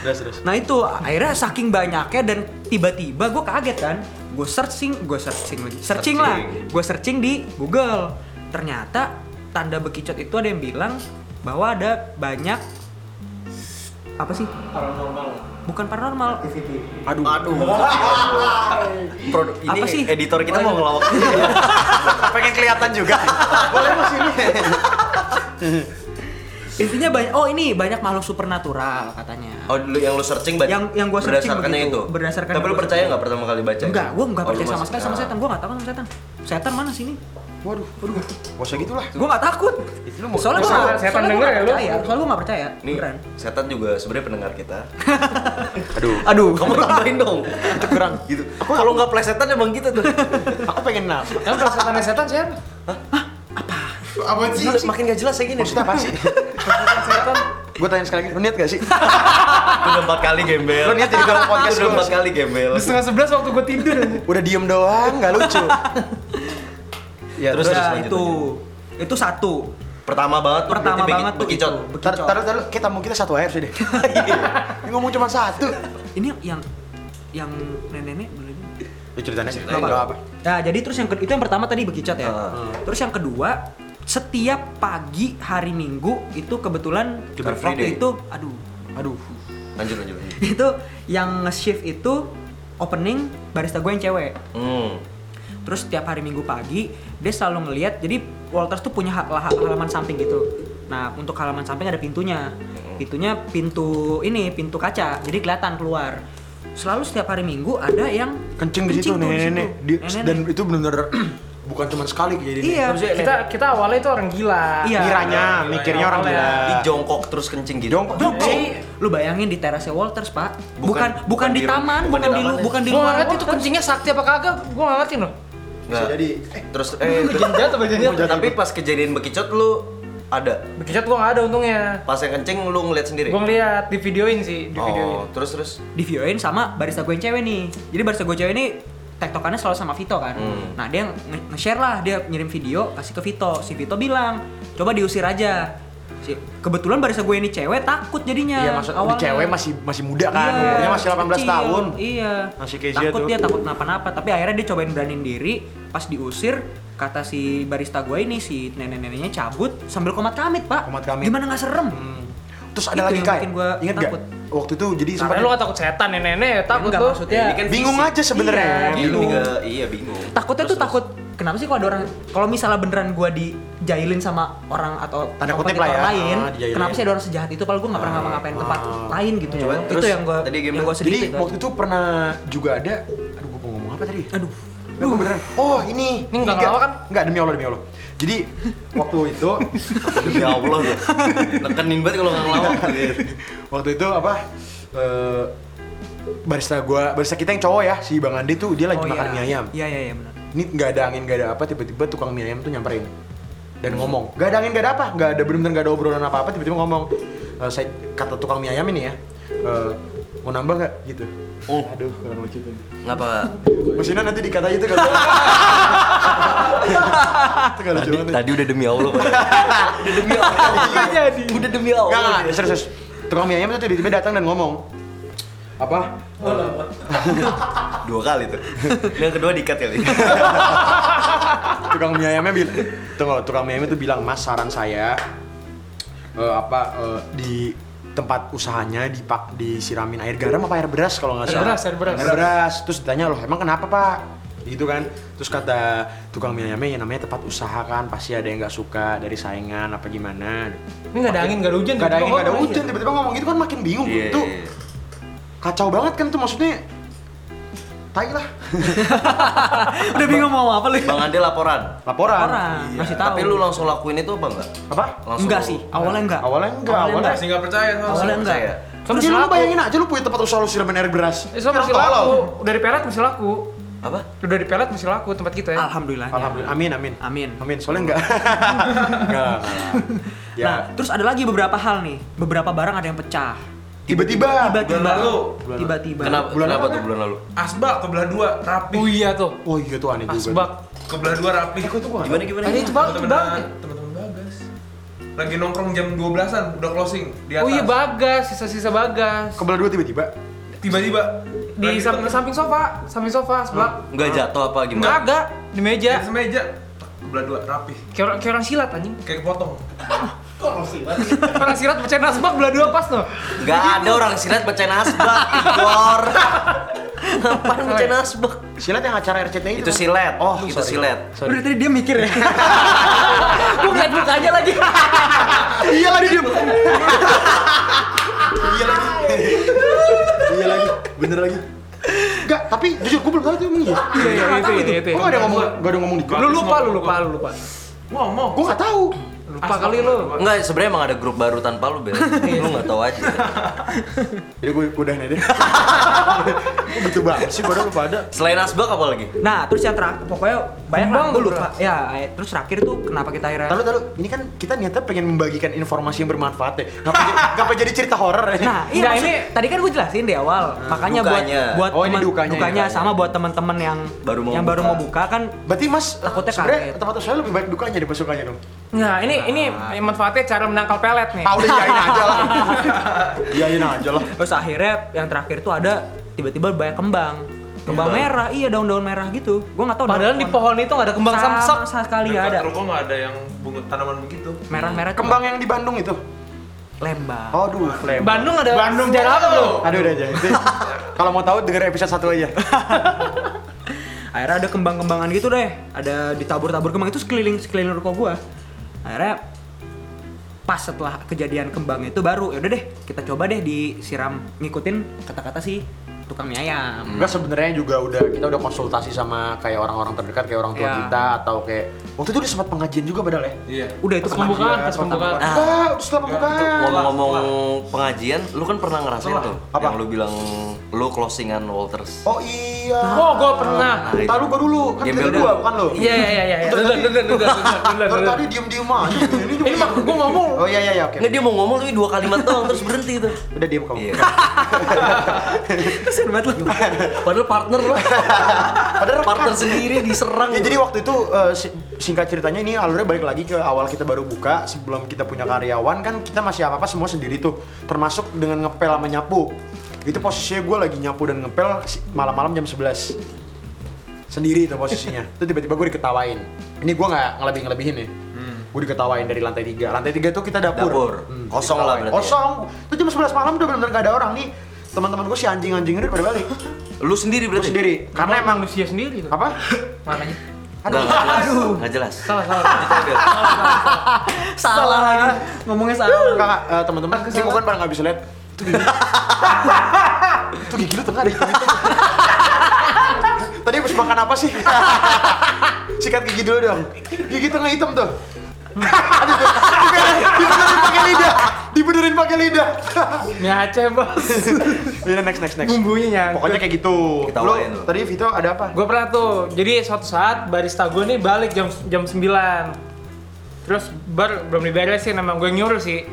Speaker 1: Terus, terus.
Speaker 4: nah itu akhirnya saking banyaknya dan tiba-tiba gua kaget kan gue searching gue searching lagi
Speaker 2: Searching.
Speaker 4: searching, lah gue searching di Google ternyata tanda bekicot itu ada yang bilang bahwa ada banyak apa sih
Speaker 3: Paranormal.
Speaker 4: bukan paranormal
Speaker 1: Aduh. Aduh.
Speaker 2: Produk ini
Speaker 4: Apa sih?
Speaker 2: editor kita mau ngelawak.
Speaker 1: Pengen kelihatan juga. Boleh mas ini.
Speaker 4: Intinya banyak oh ini banyak makhluk supernatural katanya.
Speaker 2: Oh, dulu yang lu searching baca.
Speaker 4: Yang- yang gua searching
Speaker 2: berdasarkan
Speaker 4: begitu,
Speaker 2: itu.
Speaker 4: berdasarkan
Speaker 2: Tapi
Speaker 4: yang
Speaker 2: lu
Speaker 4: gua
Speaker 2: percaya
Speaker 4: searching.
Speaker 2: nggak pertama kali baca?
Speaker 4: enggak, gua enggak
Speaker 2: Oh, lu
Speaker 4: percaya sama
Speaker 2: masih-
Speaker 4: sekali sama
Speaker 2: ah.
Speaker 4: setan. Gua enggak takut sama setan. Setan mana sih ini?
Speaker 1: Waduh, waduh. Gak usah gitu lah.
Speaker 4: Gua enggak takut.
Speaker 1: Lu mau-
Speaker 4: Soalnya gua
Speaker 3: Setan-
Speaker 4: nggak-
Speaker 3: setan
Speaker 4: soalnya gua
Speaker 3: denger
Speaker 4: nggak
Speaker 3: ya lu?
Speaker 4: percaya. Soalnya gua enggak percaya.
Speaker 2: Nih,
Speaker 4: Beneran.
Speaker 2: setan juga sebenarnya pendengar kita.
Speaker 1: Aduh.
Speaker 4: Aduh.
Speaker 2: Kamu tambahin dong.
Speaker 1: Itu kurang.
Speaker 2: Gitu. Kalau nggak plesetan emang gitu tuh.
Speaker 1: Aku pengen naf.
Speaker 3: Emang perasaan setan siapa?
Speaker 1: Apa sih?
Speaker 2: Makin nggak jelas kayak gini.
Speaker 1: Maksudnya apa sih?
Speaker 3: Perasaan setan
Speaker 1: Gue tanya sekali lagi, lu niat gak sih?
Speaker 2: Udah empat kali gembel.
Speaker 1: Lu niat jadi kalau podcast
Speaker 2: Udah
Speaker 1: lu.
Speaker 2: empat kali gembel.
Speaker 3: Di setengah sebelas waktu gue tidur aja.
Speaker 1: Udah diem doang, gak lucu.
Speaker 2: Ya, terus,
Speaker 4: Ya,
Speaker 2: terus lanjut,
Speaker 4: itu
Speaker 2: lanjut.
Speaker 4: itu satu
Speaker 2: Pertama banget tuh
Speaker 4: pertama
Speaker 2: berarti
Speaker 4: banget tuh
Speaker 2: bekicot.
Speaker 4: itu,
Speaker 1: Tar,
Speaker 4: bekicot.
Speaker 1: taruh, taruh, kita tamu kita satu air sih deh. Ini ngomong cuma satu.
Speaker 4: ini yang yang nenek-nenek boleh ini?
Speaker 1: Lu ceritain aja,
Speaker 2: Ceritain.
Speaker 1: nggak apa.
Speaker 4: Nah, jadi terus yang ke- itu yang pertama tadi bekicot ya.
Speaker 2: Heeh.
Speaker 4: Terus yang kedua, setiap pagi hari Minggu itu kebetulan
Speaker 2: Car Free Day.
Speaker 4: waktu itu aduh, aduh.
Speaker 2: Lanjut lanjut. lanjut.
Speaker 4: itu yang nge-shift itu opening barista gue yang cewek.
Speaker 2: Hmm.
Speaker 4: Terus setiap hari Minggu pagi dia selalu ngelihat. Jadi Walters tuh punya ha- lah- halaman samping gitu. Nah, untuk halaman samping ada pintunya. Pintunya pintu ini, pintu kaca. Jadi kelihatan keluar. Selalu setiap hari Minggu ada yang
Speaker 1: Kencing di situ
Speaker 4: tuh di
Speaker 1: nenek.
Speaker 4: situ.
Speaker 1: Dia-
Speaker 4: Nenek-nenek.
Speaker 1: Dan itu benar-benar bukan cuma sekali kejadiannya.
Speaker 4: Iya.
Speaker 3: Maksudnya kita kita awalnya itu orang gila.
Speaker 4: Iya.
Speaker 1: Kiranya, mikirnya orang
Speaker 3: Awalnya.
Speaker 1: gila.
Speaker 4: Ah.
Speaker 2: Di jongkok terus kencing gitu.
Speaker 1: Jongkok.
Speaker 4: Jongkok.
Speaker 3: Jadi-
Speaker 4: Lu bayangin di terasnya Walters, Pak. Bukan bukan,
Speaker 2: Bukan- bukan
Speaker 4: di
Speaker 2: di ru-
Speaker 4: taman,
Speaker 2: bukan
Speaker 4: bukan,
Speaker 2: di
Speaker 4: di, lu-
Speaker 2: taman ya.
Speaker 4: bukan di
Speaker 3: Gua
Speaker 4: luar
Speaker 3: nggak kan? ngerti itu
Speaker 4: Walters.
Speaker 3: kencingnya sakti apa kagak, gua nggak ngerti loh.
Speaker 1: Bisa
Speaker 2: Nggak.
Speaker 1: jadi.
Speaker 2: Terus eh terus-
Speaker 3: Jangan atau jangan jatuh?
Speaker 2: tapi pas kejadian bekicot lu ada.
Speaker 3: Bekicot gua nggak ada untungnya.
Speaker 2: Pas yang kencing lu ngeliat sendiri.
Speaker 3: Gua ngeliat di videoin sih, di videoin.
Speaker 2: Oh, terus terus
Speaker 4: Di videoin sama barista gue yang cewek nih. Jadi barista gue cewek ini tektokannya selalu sama Vito kan.
Speaker 2: Hmm.
Speaker 4: Nah, dia nge- nge-share lah, dia ngirim video kasih ke Vito. Si Vito bilang, "Coba diusir aja." Si- Kebetulan barista gue ini cewek takut jadinya.
Speaker 1: Iya, maksud di
Speaker 4: awalnya.
Speaker 1: cewek masih masih muda kan,
Speaker 4: Iya,
Speaker 1: umurnya masih 18
Speaker 4: kecil.
Speaker 1: tahun.
Speaker 4: Iya.
Speaker 1: Masih keja
Speaker 4: takut
Speaker 1: tuh.
Speaker 4: dia takut napa-napa, tapi akhirnya dia cobain beraniin diri, pas diusir kata si barista gue ini si nenek-neneknya cabut sambil komat kamit, Pak.
Speaker 1: Komat kamit. Hmm.
Speaker 4: Gimana nggak serem?
Speaker 1: Terus ada
Speaker 4: Itu
Speaker 1: lagi
Speaker 4: yang
Speaker 1: kayak,
Speaker 4: bikin gua
Speaker 1: ingat gak?
Speaker 4: takut.
Speaker 1: Waktu itu jadi sempat
Speaker 3: Karena lu nggak takut setan nenek-nenek, takut
Speaker 4: Enggak,
Speaker 3: lu. Iya.
Speaker 4: maksudnya
Speaker 2: ini kan
Speaker 1: bingung
Speaker 2: fisik.
Speaker 1: aja sebenarnya. Gitu.
Speaker 4: Iya,
Speaker 2: Bingung.
Speaker 4: Bingung.
Speaker 2: Juga, iya bingung.
Speaker 4: Takutnya
Speaker 2: Terus,
Speaker 4: tuh takut kenapa sih kalau ada orang kalau misalnya beneran gue dijailin sama orang atau
Speaker 1: Tanda
Speaker 4: tempat
Speaker 1: kutip
Speaker 4: gitu
Speaker 1: lah ya.
Speaker 4: orang lain,
Speaker 1: Ah, dijailin. Ah, Iya,
Speaker 4: kenapa sih ada orang sejahat itu? Padahal gue nggak pernah ngapa-ngapain tempat lain gitu.
Speaker 2: Coba,
Speaker 4: itu
Speaker 2: terus
Speaker 4: yang gue
Speaker 2: tadi gimana?
Speaker 4: yang gue sedih.
Speaker 1: Jadi waktu itu pernah juga ada, aduh gue mau ngomong apa tadi?
Speaker 4: Aduh,
Speaker 1: Nah, gua beneran. Oh ini.
Speaker 3: Ini nggak ngelawan kan?
Speaker 1: Nggak demi Allah demi Allah. Jadi waktu itu,
Speaker 2: terus. ya Allah. ya. Nekenin banget kalau nggak ngelawak.
Speaker 1: waktu itu apa? eh, barista gua, barista kita yang cowok ya, si Bang Andi tuh dia lagi
Speaker 4: Oh,
Speaker 1: makan
Speaker 4: iya.
Speaker 1: mie ayam.
Speaker 4: Iya iya iya benar.
Speaker 1: Ini nggak ada angin nggak ada apa, tiba-tiba tukang mie ayam tuh nyamperin dan ngomong. Nggak ada angin nggak ada apa, nggak ada bener-bener nggak ada obrolan apa-apa, tiba-tiba ngomong. Eh, saya kata tukang mie ayam ini ya, eh, mau nambah nggak gitu.
Speaker 2: Oh.
Speaker 1: Aduh, kurang lucu tuh.
Speaker 2: Ngapa?
Speaker 1: Mesinnya nanti dikatain itu kalau itu kalau
Speaker 2: Tadi, tadi udah demi Allah. Pak. udah demi Allah.
Speaker 3: jadi.
Speaker 2: Udah demi Allah.
Speaker 1: Enggak, enggak, enggak, serius, serius. Tukang mie ayam itu tiba-tiba datang dan ngomong. Apa?
Speaker 2: Dua kali tuh. Yang kedua dikat kali.
Speaker 1: Tukang mie ayamnya bilang, tunggu, tukang mie ayam itu bilang, "Mas, saran saya eh, apa eh, di tempat usahanya dipak disiramin air garam apa air beras kalau nggak
Speaker 3: Air
Speaker 1: salah
Speaker 3: beras, air beras.
Speaker 1: beras. terus ditanya loh emang kenapa pak gitu kan terus kata tukang mie ayamnya ya namanya tempat usaha kan pasti ada yang nggak suka dari saingan apa gimana
Speaker 3: Ini nggak ada angin, nggak ada hujan.
Speaker 1: Gak ada angin, gak ada
Speaker 3: tiba-tiba ngomong aja.
Speaker 1: hujan, tiba-tiba ngomong gitu kan makin bingung
Speaker 2: Iya.
Speaker 1: Itu kacau banget kan tuh maksudnya Tai lah
Speaker 4: Udah bingung mau apa lu? ya?
Speaker 2: Bang Ande laporan.
Speaker 1: Laporan
Speaker 4: Orang
Speaker 1: Iya.
Speaker 4: masih tahu.
Speaker 2: Tapi lu langsung lakuin itu apa enggak?
Speaker 1: Apa?
Speaker 2: Langsung
Speaker 4: enggak sih, awalnya enggak.
Speaker 1: Awalnya enggak, awalnya
Speaker 3: Masih nggak percaya sama
Speaker 4: Awalnya enggak.
Speaker 2: percaya.
Speaker 3: Sama
Speaker 1: Jadi lu
Speaker 3: selaku.
Speaker 1: bayangin aja lu punya tempat usaha lu siramin air beras
Speaker 3: Eh, sama
Speaker 1: Kan
Speaker 3: masih
Speaker 1: tolol.
Speaker 3: laku. Dari pelet masih laku.
Speaker 2: Apa?
Speaker 3: Udah di pelet masih laku tempat kita ya.
Speaker 1: Ah,
Speaker 4: Alhamdulillah.
Speaker 1: Alhamdulillah, amin amin
Speaker 4: Amin.
Speaker 1: Amin, soalnya enggak Enggak enggak. Ya,
Speaker 4: Nah, terus ada lagi beberapa hal nih. Beberapa barang ada yang pecah.
Speaker 1: tiba-tiba
Speaker 4: Tiba-tiba.
Speaker 5: Bulan lalu.
Speaker 4: Tiba-tiba.
Speaker 2: Kenapa?
Speaker 1: Bulan
Speaker 2: kenapa
Speaker 1: apa?
Speaker 2: tuh bulan lalu?
Speaker 5: Asbak kebelah dua rapi.
Speaker 3: Oh iya tuh.
Speaker 1: Oh iya tuh aneh juga
Speaker 3: Asbak.
Speaker 5: Kebelah dua rapi.
Speaker 2: Gimana gimana?
Speaker 3: Ada
Speaker 2: gimana?
Speaker 3: itu bang, itu bang.
Speaker 5: Teman-teman teman-teman Bagas. Lagi nongkrong jam 12-an, udah closing di atas.
Speaker 3: Oh iya bagas, sisa-sisa bagas.
Speaker 1: Kebelah dua tiba-tiba
Speaker 5: Tiba-tiba
Speaker 3: Di
Speaker 5: lagi
Speaker 3: sam-
Speaker 5: ketemu-
Speaker 3: samping sofa, samping sofa sebelah.
Speaker 2: Enggak jatuh apa gimana?
Speaker 3: Enggak agak di meja.
Speaker 5: di semeja tak, kebelah dua rapi.
Speaker 3: Kayak orang, kayak orang silat anjing.
Speaker 5: Kayak kepotong.
Speaker 3: orang silat pecahin asbak belah dua pas tuh.
Speaker 2: Gak ada orang silat baca nasbak, Igor. Ngapain baca nasbak?
Speaker 1: Silat yang acara RCTI
Speaker 2: Itu
Speaker 1: kan?
Speaker 2: silet.
Speaker 1: Oh,
Speaker 2: Itu
Speaker 1: sorry.
Speaker 2: silet.
Speaker 1: Sorry.
Speaker 4: Udah tadi dia mikir ya. Gue ngeliat mukanya lagi.
Speaker 1: Iya lagi diem Iya lagi Iya lagi, bener lagi Enggak, tapi jujur gue belum tahu itu emang iya
Speaker 3: Iya, iya, itu, itu, itu.
Speaker 1: Gue gak ada ngomong, gak ada ngomong di
Speaker 3: Lu lupa, lu lupa, lu lupa.
Speaker 5: Ngomong.
Speaker 1: Gue gak tahu.
Speaker 3: Lupa kali lu.
Speaker 2: Enggak, sebenarnya emang ada grup baru tanpa lu, Bel.
Speaker 1: Iya.
Speaker 2: lu nggak tahu aja.
Speaker 1: Jadi gue udah nih deh. gitu banget sih padahal lu pada.
Speaker 2: Selain asbak apa lagi?
Speaker 4: Nah, terus yang terakhir pokoknya banyak lah
Speaker 3: Bang,
Speaker 4: gue
Speaker 3: bro.
Speaker 4: lupa. Ya, eh, terus terakhir tuh kenapa kita akhirnya
Speaker 1: Tahu tahu ini kan kita niatnya pengen membagikan informasi yang bermanfaat ya. Ngapa jadi, ngapa jadi cerita horor ya?
Speaker 4: Nah, iya
Speaker 3: Nah,
Speaker 4: maksud-
Speaker 3: ini- Hmm,
Speaker 4: tadi kan gue jelasin di awal. makanya buat
Speaker 2: dukanya.
Speaker 4: buat
Speaker 1: Oh, ini
Speaker 4: teman-
Speaker 1: dukanya ya, dukanya.
Speaker 4: sama buat teman-teman yang
Speaker 2: Baru mau
Speaker 4: yang baru
Speaker 2: buka.
Speaker 4: mau buka kan
Speaker 1: Berarti Mas
Speaker 4: Takutnya
Speaker 1: eh, sebenarnya
Speaker 4: kaget.
Speaker 1: tempat usaha lebih baik dukanya daripada sukanya dong.
Speaker 3: Nah, ini ini manfaatnya cara menangkal pelet nih.
Speaker 1: Ah udah iyain aja lah. iyain aja lah.
Speaker 4: terus akhirnya yang terakhir tuh ada tiba-tiba banyak kembang. Kembang merah, iya daun-daun merah gitu. Gue nggak tahu.
Speaker 3: Padahal di pohon itu nggak ada kembang samsak.
Speaker 4: sama sekali
Speaker 3: Iya,
Speaker 4: nggak ada.
Speaker 5: Dekat rumah Kan nggak ada yang bunga tanaman begitu.
Speaker 4: Merah-merah tuh
Speaker 1: Kembang yang di Bandung itu.
Speaker 4: lembang.
Speaker 1: Aduh, flame.
Speaker 3: Bandung ada
Speaker 5: Bandung
Speaker 3: sejarah apa
Speaker 5: dulu.
Speaker 3: lu?
Speaker 1: Aduh udah aja. Itu- Kalau mau tahu denger episode satu aja.
Speaker 4: akhirnya ada kembang-kembangan gitu deh ada ditabur-tabur kembang itu sekeliling sekeliling ruko gua akhirnya pas setelah kejadian kembang itu baru yaudah deh kita coba deh disiram ngikutin kata-kata si tukang mie ayam
Speaker 1: Enggak sebenarnya juga udah kita udah konsultasi sama kayak orang-orang terdekat kayak orang tua
Speaker 4: Iya.
Speaker 1: kita atau kayak waktu itu udah sempat pengajian juga padahal ya.
Speaker 5: Iya.
Speaker 4: udah itu
Speaker 3: Pas
Speaker 4: kemarin.
Speaker 3: pembukaan, pas
Speaker 4: Iya.
Speaker 3: pembukaan.
Speaker 2: Ah.
Speaker 1: Ah, udah setelah pembukaan.
Speaker 2: Ngomong-ngomong pengajian, lu kan pernah ngerasain tuh
Speaker 1: Apa?
Speaker 2: yang lu bilang lu closingan Walters.
Speaker 1: Oh iya.
Speaker 4: Nah,
Speaker 3: Oh, gua pernah.
Speaker 2: itu.
Speaker 1: Tahu gua dulu, kan
Speaker 2: Gembel
Speaker 1: kita
Speaker 2: dulu.
Speaker 1: dua bukan lo.
Speaker 3: Iya iya iya iya. iya. Duluan, duluan, duluan, duluan, duluan,
Speaker 1: Kalau
Speaker 3: duluan.
Speaker 1: tadi diem-diem aja. Ini juga
Speaker 3: Ini mah gua ngomong.
Speaker 1: Oh iya iya iya oke.
Speaker 2: Nggak dia mau ngomong tapi dua kalimat doang terus berhenti tuh.
Speaker 1: Udah diem kamu.
Speaker 2: Iya.
Speaker 4: Kesian banget lu
Speaker 2: Padahal partner lah.
Speaker 1: Padahal
Speaker 2: partner sendiri diserang.
Speaker 1: Ya, jadi waktu itu eh, si- singkat ceritanya ini alurnya balik lagi ke awal kita baru buka sebelum kita punya karyawan kan kita masih apa apa semua sendiri tuh termasuk dengan ngepel sama nyapu itu posisinya gue lagi nyapu dan ngepel si- malam-malam jam 11 sendiri itu posisinya itu tiba-tiba gue diketawain ini gue nggak ngelebih ngelebihin ya gue diketawain dari lantai tiga lantai tiga itu kita dapur,
Speaker 2: Hmm.
Speaker 1: Hmm,
Speaker 2: Dapur. Kosong lah
Speaker 1: diketawain.
Speaker 2: berarti ya.
Speaker 1: kosong itu jam 11 malam udah benar-benar gak ada orang nih teman-teman gue si anjing-anjing ini pada balik
Speaker 2: Lu sendiri
Speaker 1: gue
Speaker 2: berarti.
Speaker 1: sendiri karena emang
Speaker 3: manusia sendiri tuh.
Speaker 1: apa
Speaker 3: Makanya.
Speaker 2: Nggak, nggak jelas. Nggak jelas.
Speaker 3: Salah salah.
Speaker 4: salah lagi ngomongnya salah lu.
Speaker 1: Kakak, eh, teman-teman, sih bukan pada nggak bisa lihat. Itu gigi. itu gigi lu tengah deh. Tadi habis makan apa sih? Sikat gigi dulu dong. Gigi tengah hitam tuh. Aduh, dibenerin- dibenerin pakai lidah. Dibenerin pakai lidah.
Speaker 3: Mie Aceh, Bos. Iya,
Speaker 1: Ini next next next.
Speaker 3: Bumbunya nyangkut.
Speaker 1: Pokoknya kayak gitu.
Speaker 2: Kita
Speaker 1: Lu
Speaker 2: awalin lu.
Speaker 1: tadi Vito ada apa?
Speaker 3: Gue pernah tuh, jadi suatu saat barista gue nih balik jam jam 9 Terus bar belum diberesin, emang gue nyuruh sih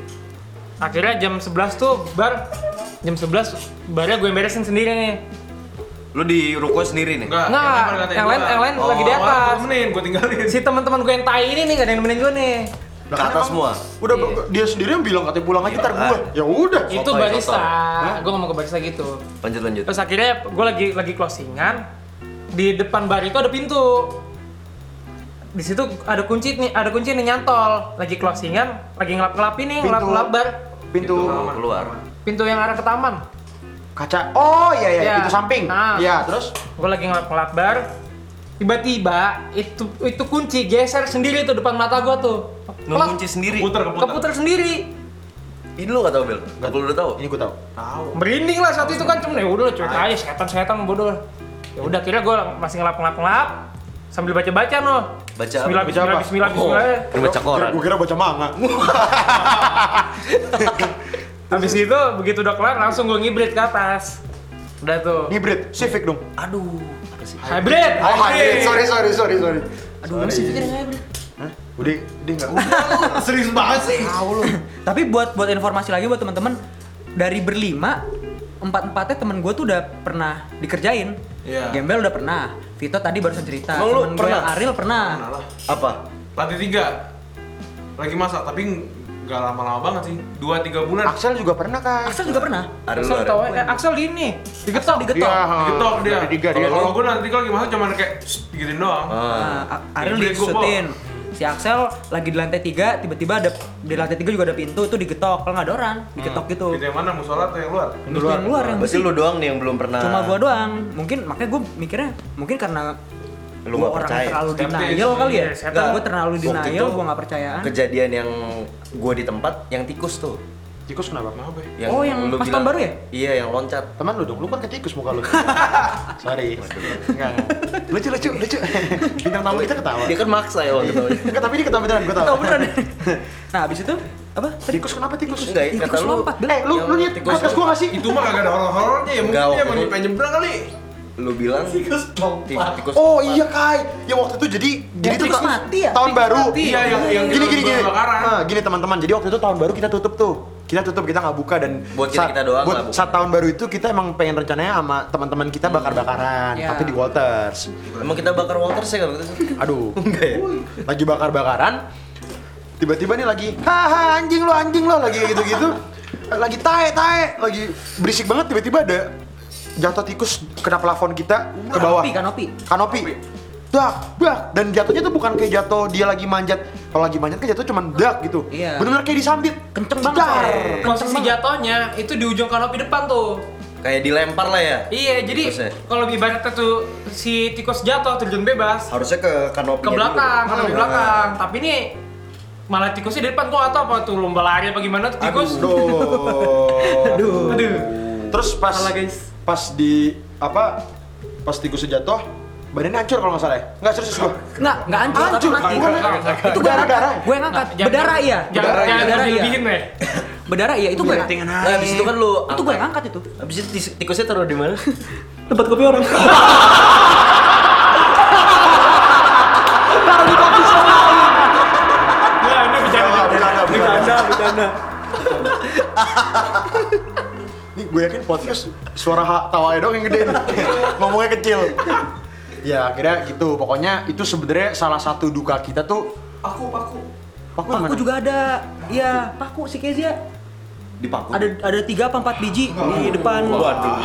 Speaker 3: Akhirnya jam 11 tuh bar, jam 11 barnya gue beresin sendiri nih
Speaker 2: Lu di ruko sendiri nih.
Speaker 5: Enggak,
Speaker 3: Nggak, yang lain- yang lain lagi di atas.
Speaker 5: Temenin, gua tinggalin.
Speaker 3: Si teman-teman gue yang tai ini nih gak ada yang nemenin gue nih
Speaker 2: Ke atas semua.
Speaker 1: Udah
Speaker 2: Iya.
Speaker 1: dia sendiri yang bilang katanya pulang aja ntar gua.
Speaker 2: Ah.
Speaker 1: Ya udah.
Speaker 3: Itu
Speaker 2: Sotoy,
Speaker 3: barista,
Speaker 2: sotoy.
Speaker 3: gue ngomong ke barista gitu
Speaker 2: Lanjut lanjut.
Speaker 3: Terus akhirnya gue lagi lagi closingan di depan bar itu ada pintu. Di situ ada kunci nih, ada kunci nih nyantol. Lagi closingan, lagi ngelap-ngelapin nih, ngelap-ngelap bar.
Speaker 1: Pintu
Speaker 2: Lu keluar.
Speaker 3: Pintu yang arah ke taman.
Speaker 1: kaca. Oh iya iya,
Speaker 3: Iya.
Speaker 1: pintu samping.
Speaker 3: Nah.
Speaker 1: Iya, terus
Speaker 3: Gue lagi ngelap-ngelap bar. Tiba-tiba itu itu kunci geser sendiri tuh depan mata gue tuh. Kelap,
Speaker 2: Ngunci sendiri.
Speaker 5: Keputer, keputer.
Speaker 3: keputer sendiri.
Speaker 2: Ini lu nggak tahu Bel. Enggak lu udah tahu.
Speaker 1: ini gua tahu.
Speaker 5: Tahu.
Speaker 3: merinding lah saat itu kan cuma ya udah cuek aja setan setan bodoh lah ya udah kira gue masih ngelap ngelap ngelap sambil baca baca no
Speaker 2: Baca apa? Oh.
Speaker 3: Bismillah Bismillah
Speaker 1: Baca apa?
Speaker 3: Bismillah Bismillah
Speaker 2: Ini baca koran.
Speaker 1: Gue kira baca manga.
Speaker 3: habis itu begitu udah kelar langsung gue ngibrit ke atas udah tuh
Speaker 1: Hybrid, Civic dong.
Speaker 2: Aduh. Apa sih?
Speaker 3: hybrid
Speaker 1: Oh, hybrid. Sorry, sorry, sorry, sorry.
Speaker 4: aduh lu sih pikirin aja, Bro.
Speaker 1: Hah? Udah, dia enggak.
Speaker 5: Serius banget sih.
Speaker 4: Tahu lu. tapi buat buat informasi lagi buat teman-teman dari berlima empat empatnya temen gue tuh udah pernah dikerjain
Speaker 5: Iya.
Speaker 4: gembel udah pernah Vito tadi barusan cerita
Speaker 2: Emang lu
Speaker 4: Temen gua
Speaker 2: pernah?
Speaker 4: yang Ariel pernah
Speaker 5: Nah lah.
Speaker 2: Apa?
Speaker 5: Lantai tiga. Lagi masak, tapi nggak lama-lama banget sih. Dua tiga bulan.
Speaker 1: Axel juga pernah kan?
Speaker 4: Axel juga pernah
Speaker 2: Ada
Speaker 3: Axel
Speaker 2: lu
Speaker 3: tau
Speaker 2: ada.
Speaker 3: eh, Axel di ini digetok
Speaker 1: Dia
Speaker 3: digetok
Speaker 5: Getok Ah, dia.
Speaker 1: dari Tiga dia.
Speaker 5: Kalau gue nanti lagi masak cuman kayak "Sst," gituin doang.
Speaker 2: Ah.
Speaker 4: Nah, A- Ariel
Speaker 5: Jadi gua
Speaker 4: disutin. Si Axel lagi di lantai tiga, tiba-tiba ada di lantai tiga juga ada pintu, itu digetok. Kalau nggak ada orang, digetok gitu.
Speaker 5: Itu yang mana musola atau yang luar?
Speaker 4: Terus yang luar yang
Speaker 2: Berarti
Speaker 4: besi.
Speaker 2: lu doang nih yang belum pernah.
Speaker 4: Cuma gua doang. Mungkin makanya gua mikirnya mungkin karena
Speaker 2: Lu nggak
Speaker 4: gua orang
Speaker 2: percaya.
Speaker 4: terlalu
Speaker 5: Skeptis.
Speaker 4: denial kali ya.
Speaker 3: Iya, setan.
Speaker 4: Enggak, gua terlalu
Speaker 2: Waktu
Speaker 4: denial,
Speaker 2: itu
Speaker 4: gua nggak percayaan.
Speaker 2: Kejadian yang gua di tempat yang tikus tuh.
Speaker 1: Tikus kenapa?
Speaker 5: Kenapa ya?
Speaker 4: Oh, yang
Speaker 2: lu
Speaker 4: pas
Speaker 2: bilang-
Speaker 4: tahun baru ya?
Speaker 2: Iya, yang loncat.
Speaker 1: Teman lu dong, lu kan ke tikus muka lu. Sorry. Enggak. enggak. Lucu lucu lucu. Bintang tamu Oh, kita ketawa.
Speaker 2: Dia kan maksa ya waktu itu.
Speaker 1: Enggak, tapi ini ketawa beneran, gua tahu.
Speaker 4: Tahu beneran. nah, habis itu apa? Tadi
Speaker 1: Tikus kenapa tikus?
Speaker 2: Enggak, ya, kata
Speaker 4: tikus
Speaker 2: lu.
Speaker 4: lompat.
Speaker 1: Eh, lu lu lihat
Speaker 2: Tikus.
Speaker 1: podcast gua gak sih?
Speaker 5: Itu mah kagak ada horor-horornya ya mungkin
Speaker 2: Enggak,
Speaker 5: dia
Speaker 2: waktu
Speaker 5: mau
Speaker 2: itu-
Speaker 5: pengen nyebrang kali.
Speaker 2: Lu bilang tikus lompat. Tikus
Speaker 1: Oh
Speaker 2: lompat.
Speaker 1: iya Kai, ya waktu itu jadi jadi itu
Speaker 4: tikus
Speaker 1: ta-
Speaker 4: mati ya?
Speaker 1: tahun
Speaker 4: Tikus
Speaker 1: baru.
Speaker 4: mati.
Speaker 5: Iya, yang- yang
Speaker 1: gini gini gini.
Speaker 5: kebakaran.
Speaker 1: Nah, gini teman-teman. Jadi waktu itu tahun baru kita tutup tuh. Kita tutup, kita nggak buka dan
Speaker 2: Buat
Speaker 1: saat-
Speaker 2: kita- kita doang
Speaker 1: buat
Speaker 2: lah, bukan.
Speaker 1: saat tahun baru itu kita emang pengen rencananya sama teman-teman kita
Speaker 4: Hmm.
Speaker 1: bakar-bakaran,
Speaker 4: Iya.
Speaker 1: tapi di Walters.
Speaker 2: Emang kita bakar Walter sih kalau gitu sih.
Speaker 1: Aduh,
Speaker 2: Enggak ya?
Speaker 1: lagi bakar-bakaran. Tiba-tiba nih lagi, haha anjing lo anjing lo lagi kayak gitu-gitu. lagi tae tae, lagi berisik banget tiba-tiba ada jatuh tikus kena plafon kita ke bawah.
Speaker 4: Kanopi, kanopi.
Speaker 1: Kanopi. Dak, dak. Dan jatuhnya tuh bukan kayak jatuh dia lagi manjat. Kalau lagi manjat kan jatuh cuman dak gitu.
Speaker 4: Iya.
Speaker 1: Bener-bener kayak disambit.
Speaker 4: Kenceng banget
Speaker 1: Dar.
Speaker 4: soalnya.
Speaker 3: Posisi jatuhnya itu di ujung kanopi depan tuh.
Speaker 2: Kayak dilempar lah ya.
Speaker 3: Iya, jadi
Speaker 2: Tikusnya.
Speaker 3: kalau ibaratnya tuh si tikus jatuh terjun bebas
Speaker 2: Harusnya ke kanopi
Speaker 3: ke belakang, ke
Speaker 2: Iya.
Speaker 1: Hmm.
Speaker 3: belakang. Tapi ini malah tikusnya di depan gua atau apa tuh lomba lari apa gimana tuh tikus.
Speaker 1: Aduh.
Speaker 4: Aduh.
Speaker 3: Aduh.
Speaker 1: Terus pas
Speaker 3: Salah, guys.
Speaker 1: pas di apa? Pas tikusnya jatuh, badannya hancur kalau nggak salah ya? Nggak serius gua.
Speaker 4: Enggak, enggak hancur, tapi
Speaker 1: Hancur,
Speaker 4: mati.
Speaker 1: bukan
Speaker 4: Itu gue angkat,
Speaker 1: Darah-darah.
Speaker 4: gue yang angkat. Berdarah iya.
Speaker 3: Jangan
Speaker 5: Berdarah,
Speaker 3: jangan
Speaker 4: iya. Berdarah, iya.
Speaker 3: dilebihin ya.
Speaker 4: Berdarah iya, itu gue. yang-
Speaker 1: Biar
Speaker 2: Nah, habis itu kan lu
Speaker 4: Itu gue yang angkat itu.
Speaker 2: Habis itu tis- tikusnya taruh di mana?
Speaker 4: Tempat kopi orang.
Speaker 3: Ya, ini bercanda.
Speaker 1: Nggak, bercanda, bercanda.
Speaker 4: bercanda.
Speaker 1: Ini gue yakin podcast suara ha- tawanya doang yang gede nih. Ngomongnya kecil. Ya akhirnya gitu. Pokoknya itu sebenarnya salah satu duka kita tuh
Speaker 5: Aku aku.
Speaker 1: Paku,
Speaker 4: Paku
Speaker 1: gimana?
Speaker 4: juga ada. Iya, paku si Kezia.
Speaker 2: Di paku.
Speaker 4: Ada ada 3 apa 4 biji di depan.
Speaker 5: Gua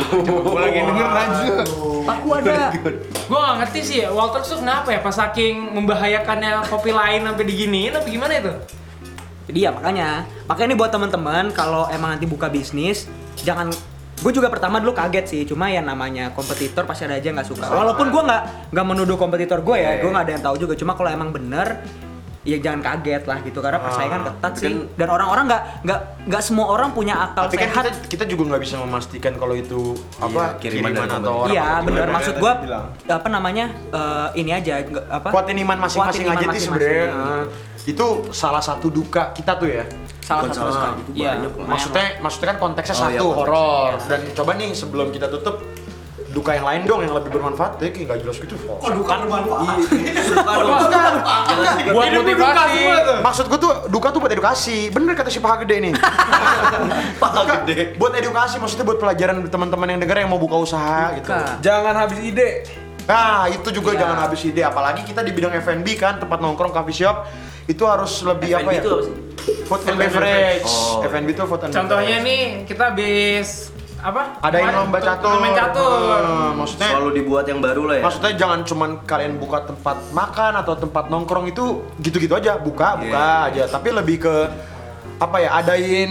Speaker 5: lagi denger lanjut.
Speaker 4: Paku ada.
Speaker 3: Gua nggak ngerti sih ya, Walter tuh kenapa ya pas saking membahayakannya kopi lain sampai diginiin apa gimana itu?
Speaker 4: Jadi ya makanya, makanya ini buat teman-teman kalau emang nanti buka bisnis jangan gue juga pertama dulu kaget sih cuma ya namanya kompetitor pasti ada aja yang nggak suka walaupun gue nggak nggak menuduh kompetitor gue ya
Speaker 1: Iya,
Speaker 4: gue nggak ada yang tahu juga cuma kalau emang bener ya jangan kaget lah gitu karena persaingan
Speaker 1: Ah,
Speaker 4: ketat
Speaker 2: tapi
Speaker 4: sih
Speaker 2: kan-
Speaker 4: dan orang-orang nggak nggak nggak semua orang punya akal
Speaker 1: Tapi kan
Speaker 4: sehat
Speaker 1: kita, kita juga nggak bisa memastikan kalau itu apa kiriman,
Speaker 2: kiriman dari
Speaker 1: atau
Speaker 2: pemerintah.
Speaker 1: orang.
Speaker 4: Iya
Speaker 1: apa
Speaker 4: benar
Speaker 1: gimana.
Speaker 4: maksud gua apa namanya eh, ini aja nggak- apa
Speaker 1: Kuatin iman masing-masing
Speaker 4: Kuatin
Speaker 1: aja
Speaker 4: iman
Speaker 1: sih
Speaker 4: masing-masing.
Speaker 1: sebenarnya. eh, itu salah satu duka kita tuh ya.
Speaker 4: salah
Speaker 2: Bukan
Speaker 4: satu
Speaker 2: salah
Speaker 4: sekali.
Speaker 2: satu,
Speaker 4: Iya,
Speaker 2: banyak.
Speaker 4: lumayan
Speaker 1: Maksudnya maksudnya kan konteksnya
Speaker 2: Oh, iya,
Speaker 1: satu
Speaker 2: konteksnya,
Speaker 1: horor dan coba nih sebelum kita tutup duka yang lain dong yang lebih bermanfaat ya kayak nggak jelas gitu.
Speaker 2: Oh,
Speaker 3: Buat
Speaker 4: Iya,
Speaker 3: motivasi.
Speaker 1: Maksud gua tuh duka tuh buat edukasi. Bener kata si paha gede nih. paha gede. Buat edukasi maksudnya buat pelajaran teman-teman yang dengar yang mau buka usaha gitu.
Speaker 4: Buka.
Speaker 5: Jangan habis ide.
Speaker 1: Nah, itu juga
Speaker 2: Iya.
Speaker 1: jangan habis ide apalagi kita di bidang F&B kan, tempat nongkrong coffee shop itu harus lebih apa
Speaker 2: F&B
Speaker 1: ya?
Speaker 2: itu apa sih?
Speaker 1: Food and beverage.
Speaker 2: Oh,
Speaker 1: F&B itu food and
Speaker 3: Contohnya
Speaker 1: beverage.
Speaker 3: nih kita habis apa?
Speaker 1: ada yang
Speaker 3: Kemarin
Speaker 1: lomba
Speaker 3: tur-
Speaker 1: catur.
Speaker 3: Turnamen catur.
Speaker 1: Hmm, maksudnya
Speaker 2: Selalu dibuat yang baru lah ya.
Speaker 1: Maksudnya jangan cuman kalian buka tempat makan atau tempat nongkrong itu gitu-gitu aja, buka, buka aja. Tapi lebih ke apa ya, adain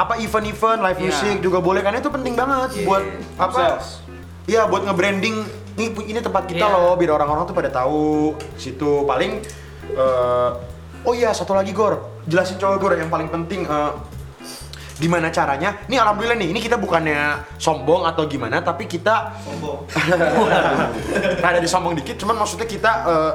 Speaker 1: apa event-event live
Speaker 4: Iya.
Speaker 1: music juga boleh karena itu penting banget buat apa? Iya, buat nge-branding ini ini tempat kita
Speaker 3: Iya.
Speaker 1: loh, biar orang-orang tuh pada tahu situ paling eh, oh iya satu lagi Gor, jelasin coba Gor yang paling penting eh, gimana caranya ini alhamdulillah nih ini kita bukannya sombong atau gimana tapi kita sombong ada disombong dikit cuman maksudnya kita eh,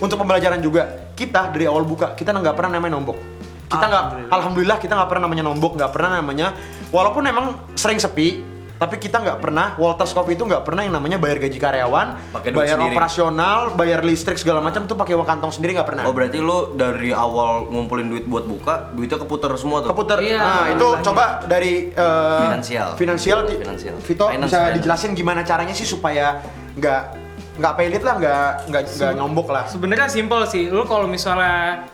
Speaker 1: untuk pembelajaran juga kita dari awal buka kita nggak pernah namanya nombok kita nggak alhamdulillah. kita nggak pernah namanya nombok nggak pernah namanya walaupun emang sering sepi tapi kita nggak pernah Walters Coffee itu nggak pernah yang namanya bayar gaji karyawan
Speaker 2: Pakai duit
Speaker 1: bayar
Speaker 2: sendiri.
Speaker 1: operasional bayar listrik segala macam tuh pakai uang kantong sendiri nggak pernah
Speaker 2: Oh berarti lu dari awal ngumpulin duit buat buka, duitnya keputer semua tuh?
Speaker 1: keputar.
Speaker 3: Iya.
Speaker 1: Nah, itu coba dari eh,
Speaker 2: Finansial.
Speaker 1: Finansial. di-
Speaker 2: Finansial.
Speaker 1: Vito
Speaker 2: Finance,
Speaker 1: bisa
Speaker 2: finance.
Speaker 1: dijelasin gimana caranya sih supaya nggak nggak pelit lah, nggak nggak nggak nyombok lah.
Speaker 2: Oh,
Speaker 1: Eh,
Speaker 3: Sebenarnya simpel sih. Lu kalau misalnya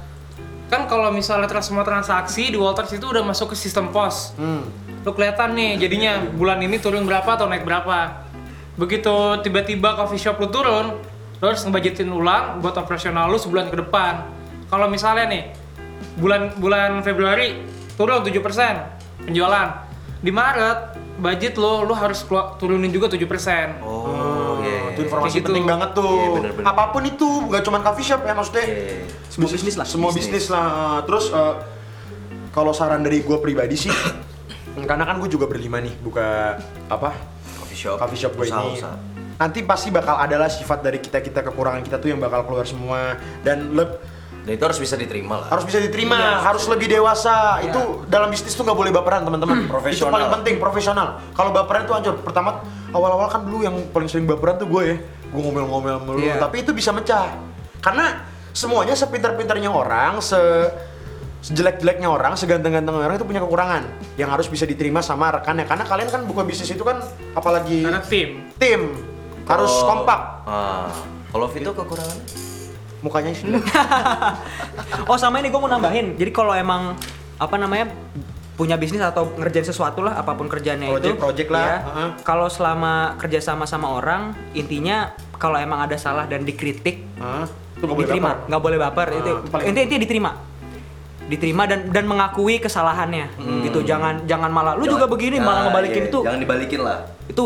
Speaker 3: kan kalau misalnya trans- semua transaksi di Walters itu udah masuk ke sistem pos.
Speaker 1: Hmm.
Speaker 3: Lu kelihatan nih jadinya bulan ini turun berapa atau naik berapa. Begitu tiba-tiba coffee shop lu turun, lu harus ngebajetin ulang buat operasional lu sebulan ke depan. Kalau misalnya nih bulan bulan Februari turun 7% penjualan. Di Maret budget lu lu harus kelu- turunin juga 7%.
Speaker 2: Oh, iya. iya.
Speaker 1: Ah, Itu informasi
Speaker 3: Kayak gitu.
Speaker 1: penting banget tuh.
Speaker 2: Iya, bener-bener.
Speaker 1: Apapun itu, nggak cuma coffee shop ya maksudnya.
Speaker 2: Iya.
Speaker 1: Semua bisnis lah. Semua bisnis,
Speaker 2: Bisnis.
Speaker 1: lah. Terus eh, kalau saran dari gue pribadi sih, karena kan gue juga berlima nih buka apa
Speaker 2: coffee shop
Speaker 1: coffee shop gue
Speaker 2: usaha,
Speaker 1: ini
Speaker 2: usaha.
Speaker 1: nanti pasti bakal adalah sifat dari kita kita kekurangan kita tuh yang bakal keluar semua dan leb-
Speaker 2: dan itu harus bisa diterima lah
Speaker 1: harus bisa diterima
Speaker 2: Iya.
Speaker 1: harus lebih dewasa itu dalam bisnis tuh nggak boleh baperan teman-teman
Speaker 2: Hmm. Profesional.
Speaker 1: itu paling penting profesional kalau baperan tuh hancur pertama awal-awal kan dulu yang paling sering baperan tuh gue ya gue ngomel-ngomel mulu
Speaker 4: Iya.
Speaker 1: tapi itu bisa mecah karena semuanya sepintar-pintarnya orang se sejelek-jeleknya orang, seganteng-gantengnya orang itu punya kekurangan yang harus bisa diterima sama rekannya. Karena kalian kan buka bisnis itu kan apalagi
Speaker 3: karena tim
Speaker 1: tim harus
Speaker 2: Kalau-
Speaker 1: kompak
Speaker 2: Oh, Ah, kalau Vito kekurangannya
Speaker 1: mukanya sih
Speaker 4: oh sama ini gue mau nambahin jadi kalau emang apa namanya punya bisnis atau ngerjain sesuatu lah apapun kerjaannya itu
Speaker 1: Project-project lah,
Speaker 4: ya,
Speaker 1: heeh.
Speaker 4: kalau selama kerja sama sama orang intinya kalau emang ada salah dan dikritik
Speaker 1: Hah? itu nggak boleh
Speaker 4: diterima
Speaker 1: baper.
Speaker 4: nggak boleh baper
Speaker 1: Ah,
Speaker 4: itu
Speaker 1: itu paling-
Speaker 4: intinya intinya diterima diterima dan dan mengakui kesalahannya
Speaker 1: Hmm.
Speaker 4: gitu jangan jangan malah lu juga begini
Speaker 1: Ah,
Speaker 4: malah
Speaker 1: iya,
Speaker 2: itu
Speaker 4: ngebalikin
Speaker 2: Ah,
Speaker 4: itu
Speaker 2: iya, jangan dibalikin lah
Speaker 4: itu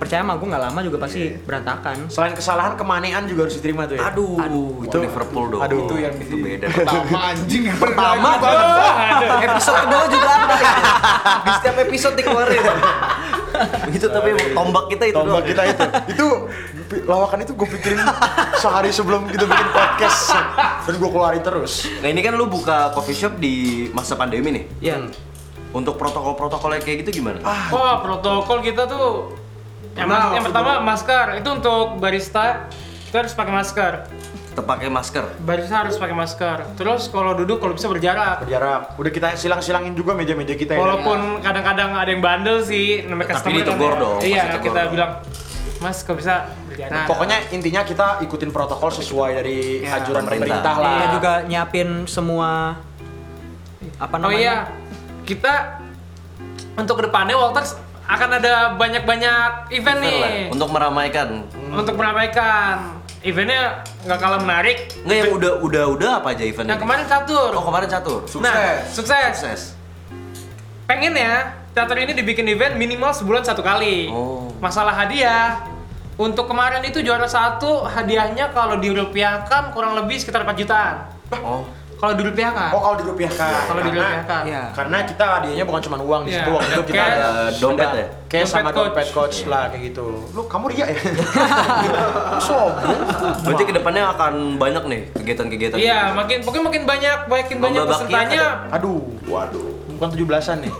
Speaker 4: percaya sama gue nggak lama juga
Speaker 1: Iya,
Speaker 4: pasti berantakan
Speaker 1: selain kesalahan kemanean juga harus diterima tuh ya
Speaker 2: aduh, itu Liverpool dong
Speaker 1: aduh.
Speaker 2: itu yang itu beda
Speaker 5: Pertama anjing yang pertama.
Speaker 4: Amat,
Speaker 2: episode kedua juga ada di setiap episode dikeluarin itu tapi tombak kita itu
Speaker 1: tombak
Speaker 2: doang. ya.
Speaker 1: kita itu itu pi- lawakan itu gue pikirin sehari sebelum kita bikin podcast dan gue keluarin terus
Speaker 2: nah ini kan lu buka coffee shop di masa pandemi nih
Speaker 4: ya
Speaker 2: untuk protokol-protokolnya kayak gitu gimana?
Speaker 3: oh protokol kita tuh yang, mas- yang pertama masker itu untuk barista itu harus pakai masker
Speaker 2: Tetap pakai masker.
Speaker 3: barista harus pakai masker terus kalau duduk kalau bisa berjarak
Speaker 1: berjarak udah kita silang-silangin juga meja-meja kita ya
Speaker 3: walaupun kadang-kadang ada yang bandel sih namanya
Speaker 2: Tapi
Speaker 3: customer kan
Speaker 2: ditegur
Speaker 3: ya.
Speaker 2: dong,
Speaker 3: iya
Speaker 2: pasti ditegur
Speaker 3: kita
Speaker 2: dong.
Speaker 3: bilang mas kok bisa berjarak
Speaker 1: pokoknya intinya kita ikutin protokol sesuai dari
Speaker 4: Ya,
Speaker 1: anjuran pemerintah,
Speaker 2: pemerintah.
Speaker 1: lah
Speaker 4: Kita Iya, juga nyiapin semua apa
Speaker 3: Oh
Speaker 4: namanya?
Speaker 3: iya, kita untuk kedepannya Walters akan ada banyak-banyak event nih
Speaker 2: Untuk meramaikan.
Speaker 3: untuk meramaikan. Eventnya nggak kalah menarik.
Speaker 2: Enggak yang udah udah udah apa aja eventnya?
Speaker 3: Yang kemarin catur.
Speaker 2: Oh kemarin catur.
Speaker 3: Nah, sukses.
Speaker 2: Sukses.
Speaker 3: Pengen ya catur ini dibikin event minimal sebulan satu kali.
Speaker 2: Oh.
Speaker 3: Masalah hadiah. Untuk kemarin itu juara satu hadiahnya kalau dirupiahkan kurang lebih sekitar 4 jutaan.
Speaker 2: Oh.
Speaker 3: Kalau dirupiahkan.
Speaker 1: oh kalau dirupiahkan
Speaker 3: Kalau
Speaker 1: Karena-
Speaker 3: dirupiahkan.
Speaker 4: Iya.
Speaker 1: karena kita hadiahnya bukan cuma uang di
Speaker 3: Iya.
Speaker 1: situ waktu itu kita
Speaker 3: Kayak-
Speaker 1: ada
Speaker 2: dompet ya?
Speaker 1: kayak
Speaker 3: Dompet
Speaker 1: sama
Speaker 3: coach.
Speaker 1: dompet coach lah kayak gitu lu kamu ria ya Lu sombong
Speaker 2: Berarti kedepannya akan banyak nih kegiatan-kegiatan.
Speaker 3: Iya, makin mungkin makin banyak, makin
Speaker 2: Lomba
Speaker 3: banyak
Speaker 2: bakyak
Speaker 3: pesertanya,
Speaker 1: aduh waduh bukan 17-an nih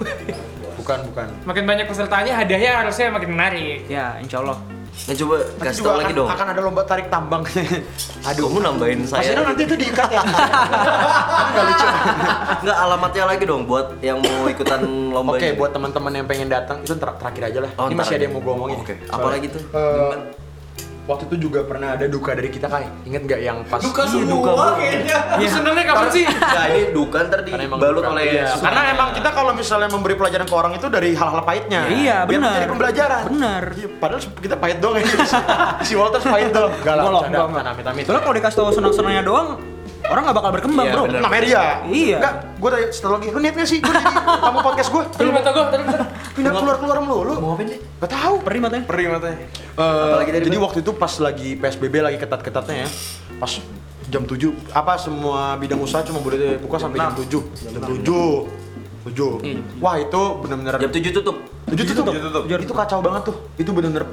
Speaker 1: bukan bukan
Speaker 3: makin banyak pesertanya hadiahnya harusnya makin menarik.
Speaker 4: Ya, insya Allah.
Speaker 2: Nah, coba
Speaker 1: Nanti juga
Speaker 2: kasih tahu
Speaker 1: akan,
Speaker 2: lagi dong.
Speaker 1: akan ada lomba tarik tambang
Speaker 2: Aduh, kamu nambahin
Speaker 1: Mas
Speaker 2: saya.
Speaker 1: Ino nanti itu diikat ya
Speaker 2: Enggak alamatnya lagi dong buat yang mau ikutan lomba
Speaker 1: oke
Speaker 2: ini.
Speaker 1: buat teman-teman yang pengen datang itu ter- terakhir aja lah
Speaker 2: Oh,
Speaker 1: ini
Speaker 2: ntar
Speaker 1: masih ada
Speaker 2: aja.
Speaker 1: yang mau gue omongin
Speaker 2: Oke,
Speaker 1: Soalnya,
Speaker 2: apalagi tuh.
Speaker 1: eh, waktu itu juga pernah ada duka dari kita kai inget nggak yang pas Iya,
Speaker 2: semua duka banget.
Speaker 5: kayaknya.
Speaker 3: Lu senengnya kapan sih?
Speaker 2: Iya. Nah, ini duka ntar dibalut oleh
Speaker 1: Iya,
Speaker 2: susah.
Speaker 1: karena emang kita kalau misalnya memberi pelajaran ke orang itu dari hal-hal pahitnya.
Speaker 4: Iya,
Speaker 1: Biar
Speaker 4: benar.
Speaker 1: Jadi pembelajaran.
Speaker 4: Benar.
Speaker 1: Iya, padahal kita pahit doang ya. si Walter pahit doang. Enggak lah,
Speaker 4: Enggak
Speaker 1: bercanda,
Speaker 4: lah, enggak,
Speaker 1: bercanda,
Speaker 4: enggak.
Speaker 1: amit amit.
Speaker 4: Soalnya kalau dikasih tahu senang-senangnya doang, orang nggak bakal berkembang,
Speaker 2: Iya,
Speaker 4: bro.
Speaker 2: bener.
Speaker 1: Namanya dia.
Speaker 4: Iya.
Speaker 1: Enggak, gue tanya setelah lagi. Lu niat gak sih? Gue jadi tamu podcast gue.
Speaker 3: Dulu mata gua, dulu mata.
Speaker 1: Pindah keluar keluar melulu. Mau ngapain Gak tau.
Speaker 4: Perih matanya.
Speaker 5: Perih matanya.
Speaker 1: Eh, jadi waktu itu pas lagi PSBB lagi ketat-ketatnya ya. Pas jam 7 apa semua bidang usaha cuma boleh buka sampai jam 7. Jam 7. Iya, 7. Wah, itu benar-benar
Speaker 2: Jam 7 tutup.
Speaker 1: Tujuh tutup.
Speaker 5: Tujuh tutup.
Speaker 1: Itu kacau banget tuh. Itu bener-bener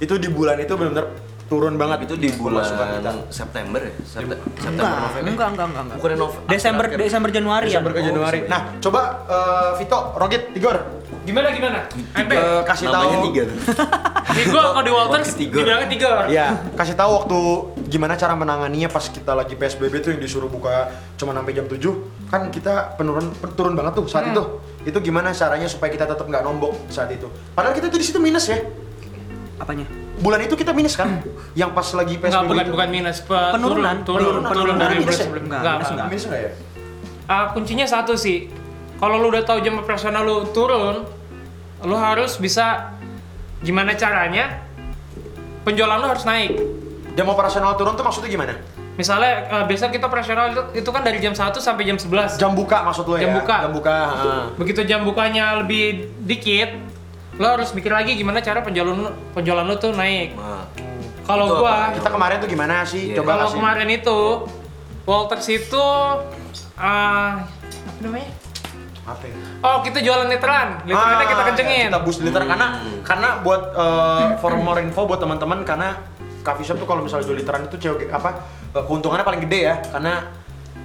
Speaker 1: itu di bulan itu bener-bener turun banget
Speaker 2: Itu di bulan
Speaker 1: pemasukan kita.
Speaker 2: September ya? Septe- September
Speaker 4: Enggak,
Speaker 2: November.
Speaker 4: enggak, enggak, enggak, enggak.
Speaker 2: Bukannya November.
Speaker 4: Desember,
Speaker 2: akhir-akhir.
Speaker 4: Desember, Januari ya.
Speaker 1: Desember ke Januari. Nah, coba eh, Vito, Rogit, Tigor,
Speaker 3: Gimana gimana? MP.
Speaker 1: eh, kasih
Speaker 2: Namanya
Speaker 1: tahu.
Speaker 2: tiga tuh.
Speaker 3: Di gua kalau di Walters
Speaker 2: Tiga.
Speaker 3: dibilangnya tiga.
Speaker 1: Iya, kasih tahu waktu gimana cara menanganinya pas kita lagi PSBB tuh yang disuruh buka cuma sampai jam 7 kan kita penurun turun banget tuh
Speaker 3: Hmm.
Speaker 1: saat itu. Itu gimana caranya supaya kita tetap nggak nombok saat itu. Padahal kita tuh di situ minus ya.
Speaker 4: Oh, Apanya?
Speaker 1: Bulan itu kita minus kan? yang pas lagi PSBB.
Speaker 3: Hmm. Enggak, bukan
Speaker 1: itu.
Speaker 3: bukan minus, pe-
Speaker 4: Penurunan,
Speaker 3: turun, turun, turun dari
Speaker 1: minus
Speaker 3: bulan
Speaker 1: ya?
Speaker 3: sebelum.
Speaker 4: Enggak,
Speaker 3: Enggak,
Speaker 4: minus
Speaker 3: enggak.
Speaker 1: Minus nggak ya?
Speaker 3: Ah, kuncinya satu sih. Kalau lu udah tahu jam operasional lu turun, lu harus bisa gimana caranya penjualan lu harus naik.
Speaker 1: Jam operasional turun tuh maksudnya gimana?
Speaker 3: Misalnya eh, biasa kita operasional itu, itu kan dari jam 1 sampai jam 11.
Speaker 1: Jam buka maksud lo ya?
Speaker 3: Jam buka.
Speaker 1: Jam buka. heeh.
Speaker 3: begitu jam bukanya lebih dikit lo harus mikir lagi gimana cara penjualan lu, penjualan lu tuh naik
Speaker 2: Nah,
Speaker 3: kalau
Speaker 2: Itu
Speaker 3: gua
Speaker 1: Kita kemarin tuh gimana sih?
Speaker 2: Iya.
Speaker 1: Coba
Speaker 3: kalau
Speaker 1: kasih.
Speaker 3: kemarin itu Walters itu ah, eh, apa namanya
Speaker 1: Apa ya?
Speaker 3: Oh, kita jualan literan. Literannya
Speaker 1: Ah,
Speaker 3: kita kencengin. Hmm.
Speaker 1: Kita boost liter karena karena buat eh, for more info buat teman-teman karena coffee shop tuh kalau misalnya jual literan itu cewek apa eh, keuntungannya paling gede ya karena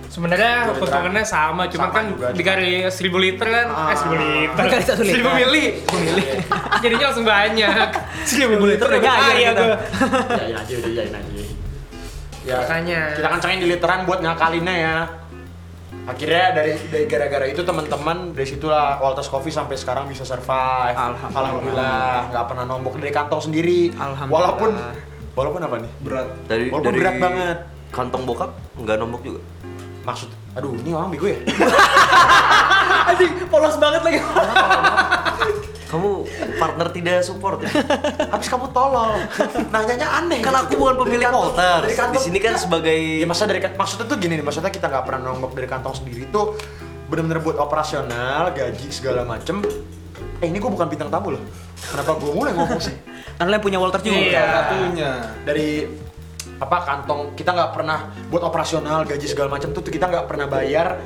Speaker 3: Sebenarnya
Speaker 1: Literan.
Speaker 3: keuntungannya sama, cuman
Speaker 1: Sama
Speaker 3: kan
Speaker 1: juga, cuman-
Speaker 3: dikali 1000 liter kan,
Speaker 1: Ah.
Speaker 3: eh 1000 liter.
Speaker 4: Dikali satu liter.
Speaker 3: 1000 mili. Jadinya langsung banyak. 1000
Speaker 4: liter udah jajan
Speaker 3: iya
Speaker 4: kita.
Speaker 3: gua.
Speaker 1: yain iya, aja udah yain aja ya
Speaker 3: Makanya.
Speaker 1: kita kencengin di literan buat ngakalinnya ya akhirnya dari, dari gara-gara itu teman-teman dari situlah Walters Coffee sampai sekarang bisa survive
Speaker 4: Alhamdulillah.
Speaker 1: Alhamdulillah, nggak pernah nombok dari kantong sendiri
Speaker 4: Alhamdulillah.
Speaker 1: walaupun walaupun apa nih
Speaker 5: berat
Speaker 2: Dari,
Speaker 1: Walaupun
Speaker 2: dari
Speaker 1: berat banget.
Speaker 2: kantong bokap nggak nombok juga.
Speaker 1: maksud aduh ini orang bego ya
Speaker 4: Anjing, polos banget lagi.
Speaker 2: Kamu partner tidak support ya?
Speaker 1: habis kamu tolol nanyanya aneh
Speaker 2: kan aku bukan pemilik motor.
Speaker 1: dari kantong-
Speaker 2: Di sini kan sebagai
Speaker 4: Gitu.
Speaker 1: ya maksudnya dari kan- maksudnya tuh gini nih maksudnya kita nggak pernah nombok dari kantong sendiri tuh bener-bener buat operasional gaji segala macem eh ini gue bukan bintang tamu loh kenapa gue mulai ngomong sih
Speaker 4: Kan lo yang punya Walter juga.
Speaker 3: Iya.
Speaker 5: satunya
Speaker 1: dari apa kantong kita nggak pernah buat operasional gaji segala macam tuh tuh kita nggak pernah bayar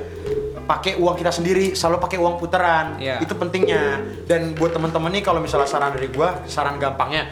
Speaker 1: pakai uang kita sendiri selalu pakai uang putaran
Speaker 3: Iya.
Speaker 1: itu pentingnya dan buat teman-teman nih kalau misalnya saran dari gua saran gampangnya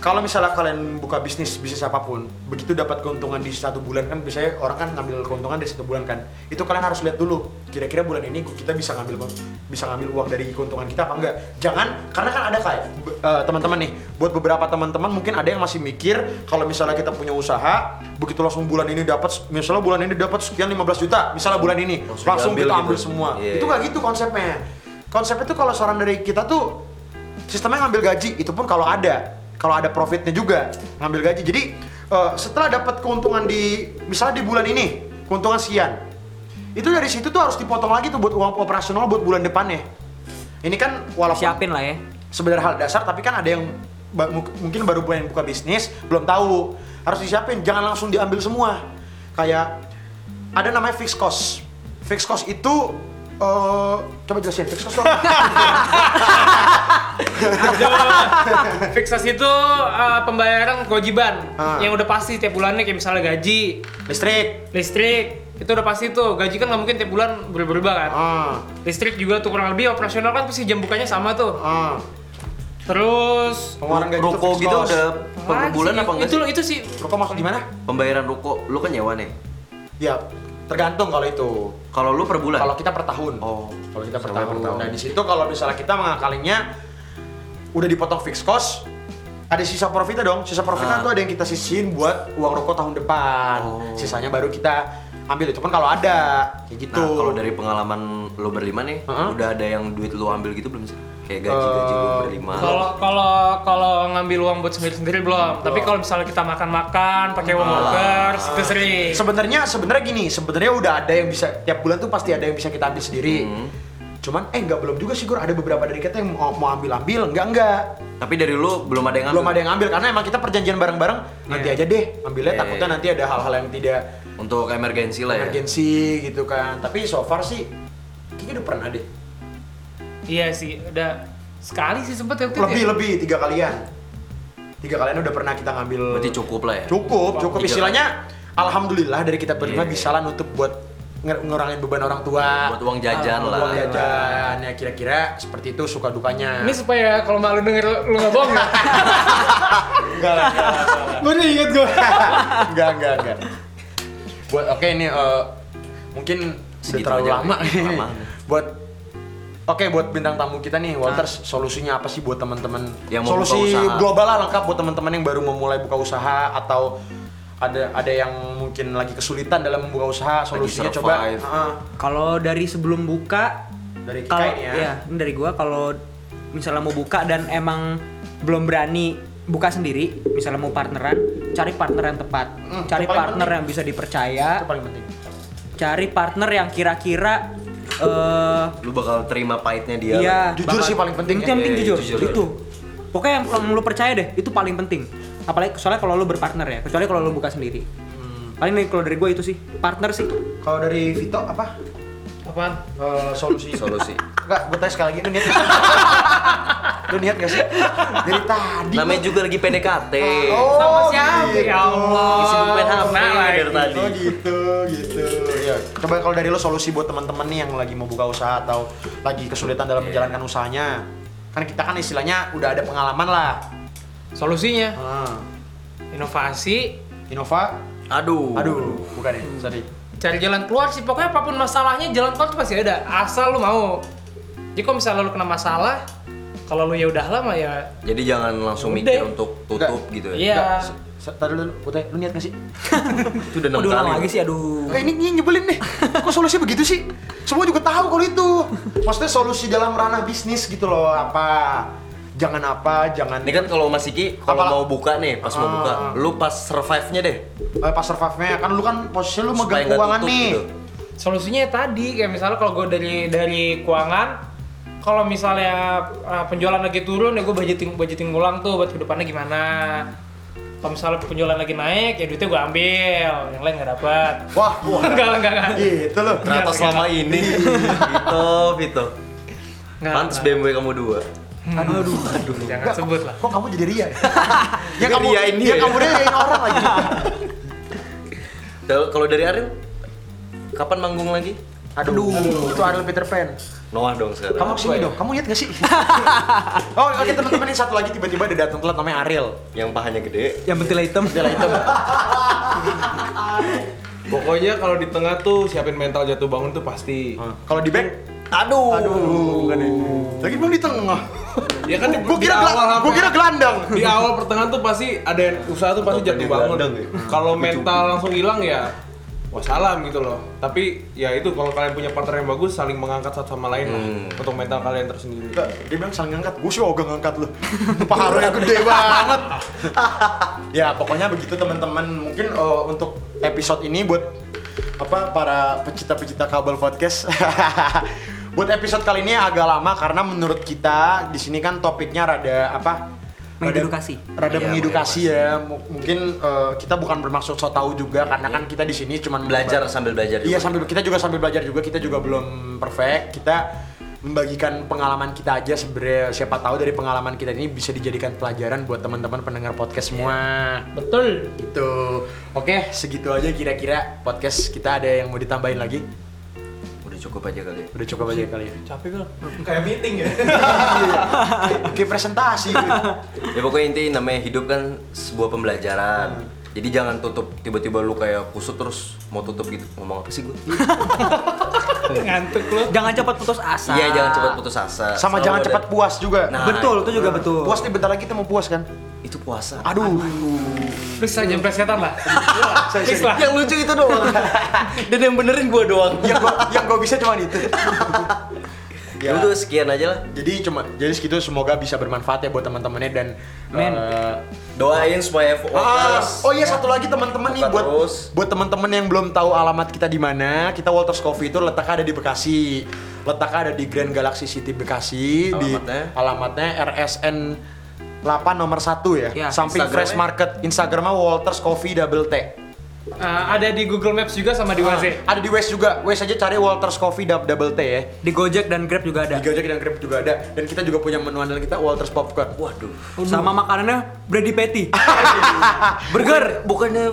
Speaker 1: kalau misalnya kalian buka bisnis bisnis apapun begitu dapat keuntungan di satu bulan kan biasanya orang kan ngambil keuntungan dari satu bulan kan itu kalian harus lihat dulu kira-kira bulan ini kita bisa ngambil bisa ngambil uang dari keuntungan kita apa enggak jangan karena kan ada kayak be- eh, teman-teman nih buat beberapa teman-teman mungkin ada yang masih mikir kalau misalnya kita punya usaha begitu langsung bulan ini dapat misalnya bulan ini dapat sekian 15 juta misalnya bulan ini
Speaker 2: Langsung
Speaker 1: langsung,
Speaker 2: diambil
Speaker 1: kita ambil
Speaker 2: gitu.
Speaker 1: semua
Speaker 2: Iya.
Speaker 1: itu nggak gitu konsepnya konsepnya tuh kalau saran dari kita tuh sistemnya ngambil gaji itu pun kalau ada kalau ada profitnya juga ngambil gaji jadi eh, setelah dapat keuntungan di misalnya di bulan ini keuntungan sekian itu dari situ tuh harus dipotong lagi tuh buat uang operasional buat bulan depannya ini kan walaupun
Speaker 4: Siapin lah ya.
Speaker 1: sebenarnya hal dasar tapi kan ada yang ba- mu- mungkin baru pengen buka bisnis belum tahu harus disiapin jangan langsung diambil semua kayak ada namanya fixed cost fixed cost itu eh coba jelasin fixed cost tuh apa?
Speaker 3: Fiksasi itu uh, pembayaran kewajiban
Speaker 1: Ah.
Speaker 3: yang udah pasti tiap bulannya kayak misalnya gaji,
Speaker 1: listrik
Speaker 3: listrik, itu udah pasti tuh. Gaji kan nggak mungkin tiap bulan berubah-ubah kan.
Speaker 1: ah
Speaker 3: Listrik juga tuh kurang lebih operasional kan pasti jam bukanya sama tuh.
Speaker 1: ah
Speaker 3: Terus
Speaker 1: pengeluaran gaji tuh
Speaker 2: ruko
Speaker 1: fixed
Speaker 2: gitu
Speaker 1: cost.
Speaker 2: udah per
Speaker 3: apaan
Speaker 2: bulan
Speaker 3: sih?
Speaker 2: apa enggak
Speaker 3: Itu
Speaker 2: sih?
Speaker 3: itu sih
Speaker 1: ruko maksud gimana
Speaker 2: Pembayaran ruko, lu kan nyewa nih.
Speaker 1: ya tergantung kalau itu
Speaker 2: Kalau lu per bulan.
Speaker 1: kalau kita per tahun
Speaker 2: Nah. Oh.
Speaker 1: kalau kita per
Speaker 2: Sama
Speaker 1: tahun
Speaker 2: per tahun.
Speaker 1: nah di situ kalau misalnya kita mengakalinya udah dipotong fixed cost ada sisa profitnya dong sisa profitnya
Speaker 2: Ah.
Speaker 1: tuh ada yang kita sisihin buat uang rokok tahun depan
Speaker 2: Oh.
Speaker 1: sisanya baru kita ambil itu pun kalau ada kayak gitu
Speaker 2: Nah, kalau dari pengalaman lo berlima nih,
Speaker 1: Heeh.
Speaker 2: udah ada yang duit lo ambil gitu belum sih? Kayak gaji-gaji lo
Speaker 1: Eh,
Speaker 2: berlima.
Speaker 3: Kalau kalau kalau ngambil uang buat sendiri sendiri belum. Tapi kalau misalnya kita makan-makan pakai uang workers itu sering.
Speaker 1: sebenarnya sebenarnya gini sebenarnya udah ada yang bisa tiap bulan tuh pasti ada yang bisa kita ambil sendiri
Speaker 2: Hmm.
Speaker 1: cuman eh nggak belum juga sih Gur ada beberapa dari kita yang mau, mau ambil ambil enggak enggak
Speaker 2: Tapi dari lo belum ada yang
Speaker 1: belum ada
Speaker 2: ngambil.
Speaker 1: yang ambil karena emang kita perjanjian bareng-bareng nanti aja deh ambilnya
Speaker 2: Iya,
Speaker 1: takutnya
Speaker 2: iya.
Speaker 1: nanti ada hal-hal yang tidak
Speaker 2: Untuk emergensi lah ya.
Speaker 1: emergensi gitu kan tapi so far sih kayaknya udah pernah deh
Speaker 3: Iya sih, udah sekali sih sempet ya waktu itu
Speaker 1: lebih
Speaker 3: ya.
Speaker 1: lebih tiga kalian tiga kalian udah pernah kita ngambil
Speaker 2: Berarti cukup lah ya.
Speaker 1: cukup cukup
Speaker 2: Tiga
Speaker 1: istilahnya alhamdulillah dari kita berlima
Speaker 2: Iya.
Speaker 1: bisa lah nutup buat nger- ngurangin beban orang tua
Speaker 2: Buat uang jajan lah.
Speaker 1: uang jajan ya kira-kira seperti itu suka dukanya
Speaker 3: Ini supaya kalau malu denger lu- lu nggak bohong ya.
Speaker 1: enggak lah enggak lah, enggak lah.
Speaker 3: Gue udah inget gue.
Speaker 1: enggak enggak enggak buat oke ini eh, mungkin sudah
Speaker 2: Segitu
Speaker 1: terlalu
Speaker 2: aja,
Speaker 1: lama
Speaker 2: Pak. Lama.
Speaker 1: buat oke buat bintang tamu kita nih Walters solusinya apa sih buat teman-teman
Speaker 2: Ah. Yang mau buka
Speaker 1: solusi
Speaker 2: usaha.
Speaker 1: global lah lengkap buat teman-teman yang baru memulai buka usaha atau ada ada yang mungkin lagi kesulitan dalam membuka usaha solusinya coba Ah,
Speaker 2: survive.
Speaker 1: Heeh.
Speaker 4: Kalau dari sebelum buka
Speaker 1: Dari
Speaker 4: kalau
Speaker 1: Kikain ya.
Speaker 4: iya, ini dari gua kalau misalnya mau buka dan emang belum berani buka sendiri, misalnya mau partneran, cari partner yang tepat.
Speaker 1: Hmm,
Speaker 4: cari
Speaker 1: itu paling
Speaker 4: partner
Speaker 1: penting.
Speaker 4: yang bisa dipercaya,
Speaker 1: itu paling penting
Speaker 4: cari partner yang kira-kira eh
Speaker 2: Lu bakal terima pahitnya dia.
Speaker 4: Iya.
Speaker 2: lah.
Speaker 1: Jujur
Speaker 4: bakal-
Speaker 1: sih paling penting
Speaker 4: Itu
Speaker 1: ya.
Speaker 4: yang penting
Speaker 2: Iya,
Speaker 4: jujur.
Speaker 2: jujur.
Speaker 4: Itu. Pokoknya yang, yang lu percaya deh, itu paling penting. Apalagi soalnya kalau lu berpartner ya, kecuali kalau
Speaker 2: Hmm.
Speaker 4: lu buka sendiri. Paling nih kalau dari gue itu sih, partner sih.
Speaker 1: kalau dari Vito apa
Speaker 3: Apaan?
Speaker 1: Eh, solusi
Speaker 2: solusi.
Speaker 1: Enggak, gue tanya sekali lagi, lu niat gak sih? lu niat gak sih? Dari tadi
Speaker 2: Namanya juga lagi PDKT.
Speaker 1: Oh,
Speaker 3: Sama siapa?
Speaker 1: gitu.
Speaker 3: Ya Allah.
Speaker 2: Isi pulpen HP
Speaker 3: Nah, lagi.
Speaker 2: dari tadi.
Speaker 1: Oh gitu, gitu. Ya, coba kalau dari lo solusi buat teman-teman nih yang lagi mau buka usaha atau lagi kesulitan
Speaker 3: Iya.
Speaker 1: dalam menjalankan usahanya. Kan kita kan istilahnya udah ada pengalaman lah.
Speaker 3: Solusinya
Speaker 1: Ah,
Speaker 3: inovasi,
Speaker 1: Innova,
Speaker 2: Aduh.
Speaker 1: aduh, bukan ya, sorry.
Speaker 3: cari jalan keluar sih. Pokoknya apapun masalahnya jalan keluar tuh pasti ada. Asal lu mau. Jadi kalau misalnya lu kena masalah, kalau lu ya udah lama ya
Speaker 2: Jadi jangan langsung
Speaker 3: Udah.
Speaker 2: mikir untuk tutup
Speaker 1: Enggak.
Speaker 2: gitu ya.
Speaker 3: iya.
Speaker 1: Tadi lu, gue tanya, lu niat gak sih?
Speaker 2: Itu udah enam
Speaker 4: Aduh,
Speaker 2: kali.
Speaker 4: ulang lagi sih, aduh.
Speaker 1: Eh, ini, ini nyebelin deh. Kok solusi begitu sih? Semua juga tahu kalau itu. Maksudnya solusi dalam ranah bisnis gitu loh, apa? Jangan apa, jangan
Speaker 2: Ini kan kalau Mas Iki kalau
Speaker 1: Apalagi-
Speaker 2: mau buka nih, pas mau
Speaker 1: Ah.
Speaker 2: buka, lu pas survive-nya deh.
Speaker 1: eh, pasar Fave-nya kan lu kan posisi lu
Speaker 2: supaya
Speaker 1: megang
Speaker 2: nggak
Speaker 1: keuangan
Speaker 2: tutup
Speaker 1: nih. Iya,
Speaker 2: gitu.
Speaker 3: Solusinya ya tadi kayak misalnya kalau gue dari dari keuangan kalau misalnya uh, penjualan lagi turun ya gue budgeting budgeting ulang tuh buat kedepannya gimana kalau misalnya penjualan lagi naik ya duitnya gue ambil yang lain nggak dapat
Speaker 1: Wah, wah.
Speaker 3: enggak enggak enggak
Speaker 1: Gitu loh.
Speaker 2: Ternyata selama ini itu itu.
Speaker 3: Nggak,
Speaker 2: Pantes
Speaker 3: nggak.
Speaker 2: BMW kamu dua.
Speaker 1: Aduh, aduh, aduh.
Speaker 3: jangan
Speaker 1: Nggak,
Speaker 3: sebut lah
Speaker 1: Kok kamu jadi ria ya? ya
Speaker 2: Dia
Speaker 1: kamu
Speaker 2: riain dia
Speaker 1: ya.
Speaker 2: ya?
Speaker 1: kamu riain orang lagi.
Speaker 2: Kalau kalau dari Ariel kapan manggung lagi?
Speaker 1: Aduh, itu Ariel Peter Pan.
Speaker 2: Noah dong sekarang. ya?
Speaker 1: Kamu kesini dong, kamu lihat gak sih? oh, oke teman-teman ini satu lagi tiba-tiba ada datang telat namanya Ariel.
Speaker 2: Yang pahanya gede.
Speaker 4: Yang pentil hitam.
Speaker 5: Pokoknya kalau di tengah tuh siapin mental jatuh bangun tuh pasti.
Speaker 1: Kalau di back,
Speaker 2: Aduh.
Speaker 1: aduh, bukan ini. Lagi belum di tengah.
Speaker 5: Ya kan
Speaker 1: Gua kira gela-
Speaker 5: apa-
Speaker 1: gua kira gelandang.
Speaker 5: Di awal pertengahan tuh pasti ada yang usaha tuh pasti
Speaker 2: Atau
Speaker 5: jatuh
Speaker 2: pengen
Speaker 5: bangun.
Speaker 2: gelandang ya?
Speaker 5: Kalau mental langsung hilang ya wassalam gitu loh. Tapi ya itu kalau kalian punya partner yang bagus saling mengangkat satu sama lain lah
Speaker 2: Hmm.
Speaker 5: untuk mental kalian tersendiri.
Speaker 1: Nggak, Dia bilang saling ngangkat, gue sih ogah ngangkat lu Paharunya gede banget Ya pokoknya begitu teman-teman Mungkin eh, untuk episode ini buat apa para pecinta-pecinta kabel podcast Buat episode kali ini agak lama karena menurut kita di sini kan topiknya rada apa rada-
Speaker 4: Mengedukasi.
Speaker 1: Rada
Speaker 2: Iya,
Speaker 1: mengedukasi ya M- Mungkin eh, kita bukan bermaksud so tau juga Karena kan kita di sini cuma
Speaker 2: Belajar sambil belajar
Speaker 1: Iya
Speaker 2: juga.
Speaker 1: sambil kita juga sambil belajar juga kita juga belum perfect kita membagikan pengalaman kita aja sebenarnya siapa tahu dari pengalaman kita ini bisa dijadikan pelajaran buat teman-teman pendengar podcast semua
Speaker 2: Iya,
Speaker 3: betul
Speaker 1: gitu oke segitu aja kira-kira podcast kita ada yang mau ditambahin lagi
Speaker 2: Udah cukup aja kali. ya.
Speaker 1: udah cukup aja kali ya
Speaker 3: capek gue
Speaker 5: Kayak meeting ya.
Speaker 1: oke presentasi
Speaker 2: ya pokoknya inti namanya hidup kan sebuah pembelajaran jadi jangan tutup tiba-tiba lu kayak kusut terus mau tutup gitu ngomong apa sih gue
Speaker 3: ngantuk lu
Speaker 4: Jangan cepat putus asa.
Speaker 2: iya jangan cepat putus asa
Speaker 1: sama
Speaker 2: Selalu
Speaker 1: jangan
Speaker 2: ada-
Speaker 1: cepat puas juga
Speaker 2: Nah,
Speaker 4: Betul, itu juga betul.
Speaker 1: puas nih bentar lagi kita mau puas kan
Speaker 2: itu puasa
Speaker 1: aduh
Speaker 3: please lah jangan presetan lah
Speaker 1: Sorry,
Speaker 3: please
Speaker 1: sorry.
Speaker 3: lah
Speaker 2: yang lucu itu doang dan yang benerin gue doang
Speaker 4: Iya.
Speaker 1: yang gua, yang gua bisa cuma itu
Speaker 2: ya udah sekian aja lah
Speaker 1: jadi cuma jadi segitu semoga bisa bermanfaat ya buat teman-temannya dan
Speaker 4: Men.
Speaker 1: eh,
Speaker 2: doain supaya FO
Speaker 1: Ah,
Speaker 2: terus.
Speaker 1: oh iya satu lagi teman-teman nih
Speaker 2: Buka
Speaker 1: buat
Speaker 2: terus.
Speaker 1: buat teman-teman yang belum tahu alamat kita di mana, kita Walters Coffee itu letaknya ada di Bekasi. Letaknya ada di Grand Galaxy City Bekasi
Speaker 2: Alamatnya?
Speaker 1: di alamatnya RSN 8 nomor 1 ya.
Speaker 4: Ya,
Speaker 1: Samping
Speaker 2: Instagramnya?
Speaker 1: Fresh Market, Instagramnya Walters Coffee Double T.
Speaker 3: Eh, ada di Google Maps juga sama di
Speaker 1: Ah,
Speaker 3: WhatsApp
Speaker 1: ada di West juga. West aja cari Walters Coffee Dub- Double T ya.
Speaker 4: Di Gojek dan Grab juga
Speaker 1: Di
Speaker 4: ada.
Speaker 1: Gojek dan Grab juga ada dan kita juga punya menu andalan kita Walters Popcorn.
Speaker 2: waduh
Speaker 4: Sama makanannya Brady Patty. Burger.
Speaker 2: bukannya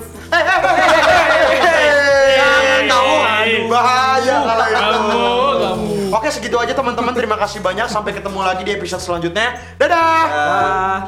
Speaker 1: Jangan tahu
Speaker 3: Aduh.
Speaker 1: bahaya kalau itu.
Speaker 3: Kamu, kamu.
Speaker 1: Oke segitu aja teman-teman terima kasih banyak sampai ketemu lagi di episode selanjutnya. Dadah.
Speaker 4: Ah.